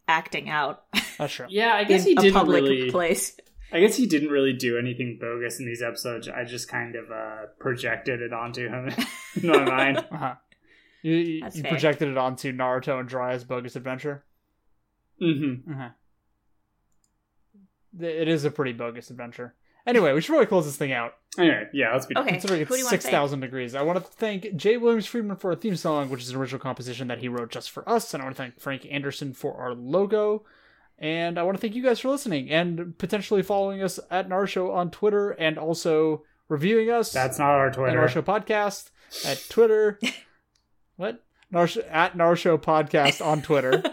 Speaker 3: acting out
Speaker 1: That's true.
Speaker 2: yeah. I
Speaker 3: in
Speaker 2: guess he
Speaker 3: a
Speaker 2: didn't
Speaker 3: public
Speaker 2: really.
Speaker 3: place.
Speaker 2: I guess he didn't really do anything bogus in these episodes. I just kind of uh, projected it onto him [LAUGHS] in my mind.
Speaker 1: Uh-huh. You, you,
Speaker 3: That's
Speaker 1: you
Speaker 3: fair.
Speaker 1: projected it onto Naruto and Jiraiya's bogus adventure.
Speaker 2: Mm-hmm.
Speaker 1: Uh-huh. Th- It is a pretty bogus adventure. Anyway, we should probably close this thing out.
Speaker 2: Anyway, yeah. Let's be.
Speaker 3: Okay.
Speaker 1: Considering
Speaker 3: who do
Speaker 1: it's
Speaker 3: you wanna thank?
Speaker 1: 6,000 degrees, I want to thank Jay Williams Friedman for our theme song, which is an original composition that he wrote just for us. And I want to thank Frank Anderson for our logo. And I want to thank you guys for listening and potentially following us at NAR Show on Twitter and also reviewing us
Speaker 2: That's not our
Speaker 1: at
Speaker 2: Twitter.
Speaker 1: NAR Show Podcast at
Speaker 3: [LAUGHS]
Speaker 1: Twitter. what? NAR Show, at NAR Show Podcast on
Speaker 3: [LAUGHS]
Speaker 1: Twitter.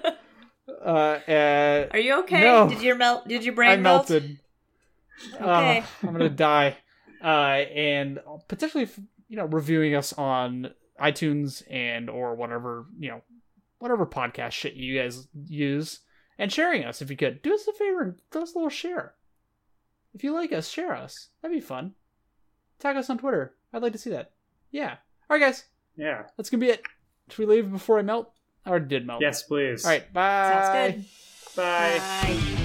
Speaker 1: uh, uh,
Speaker 3: Are you okay?
Speaker 1: No.
Speaker 3: Did your melt did your brain
Speaker 1: I
Speaker 3: melt?
Speaker 1: melted. Ah,
Speaker 3: Okay.
Speaker 1: I'm gonna die. Uh, and potentially, you know, reviewing us on iTunes and or whatever you know, whatever podcast shit you guys use, and sharing us if you could. Do us a favor and throw us a little share. If you like us, share us. That'd be fun. Tag us on Twitter. I'd like to see that. Yeah. All right, guys.
Speaker 2: Yeah.
Speaker 1: That's gonna be it. Should we leave before I melt? I already did melt.
Speaker 2: Yes, please.
Speaker 1: All right. Bye.
Speaker 3: Sounds good.
Speaker 2: Bye.
Speaker 3: Bye.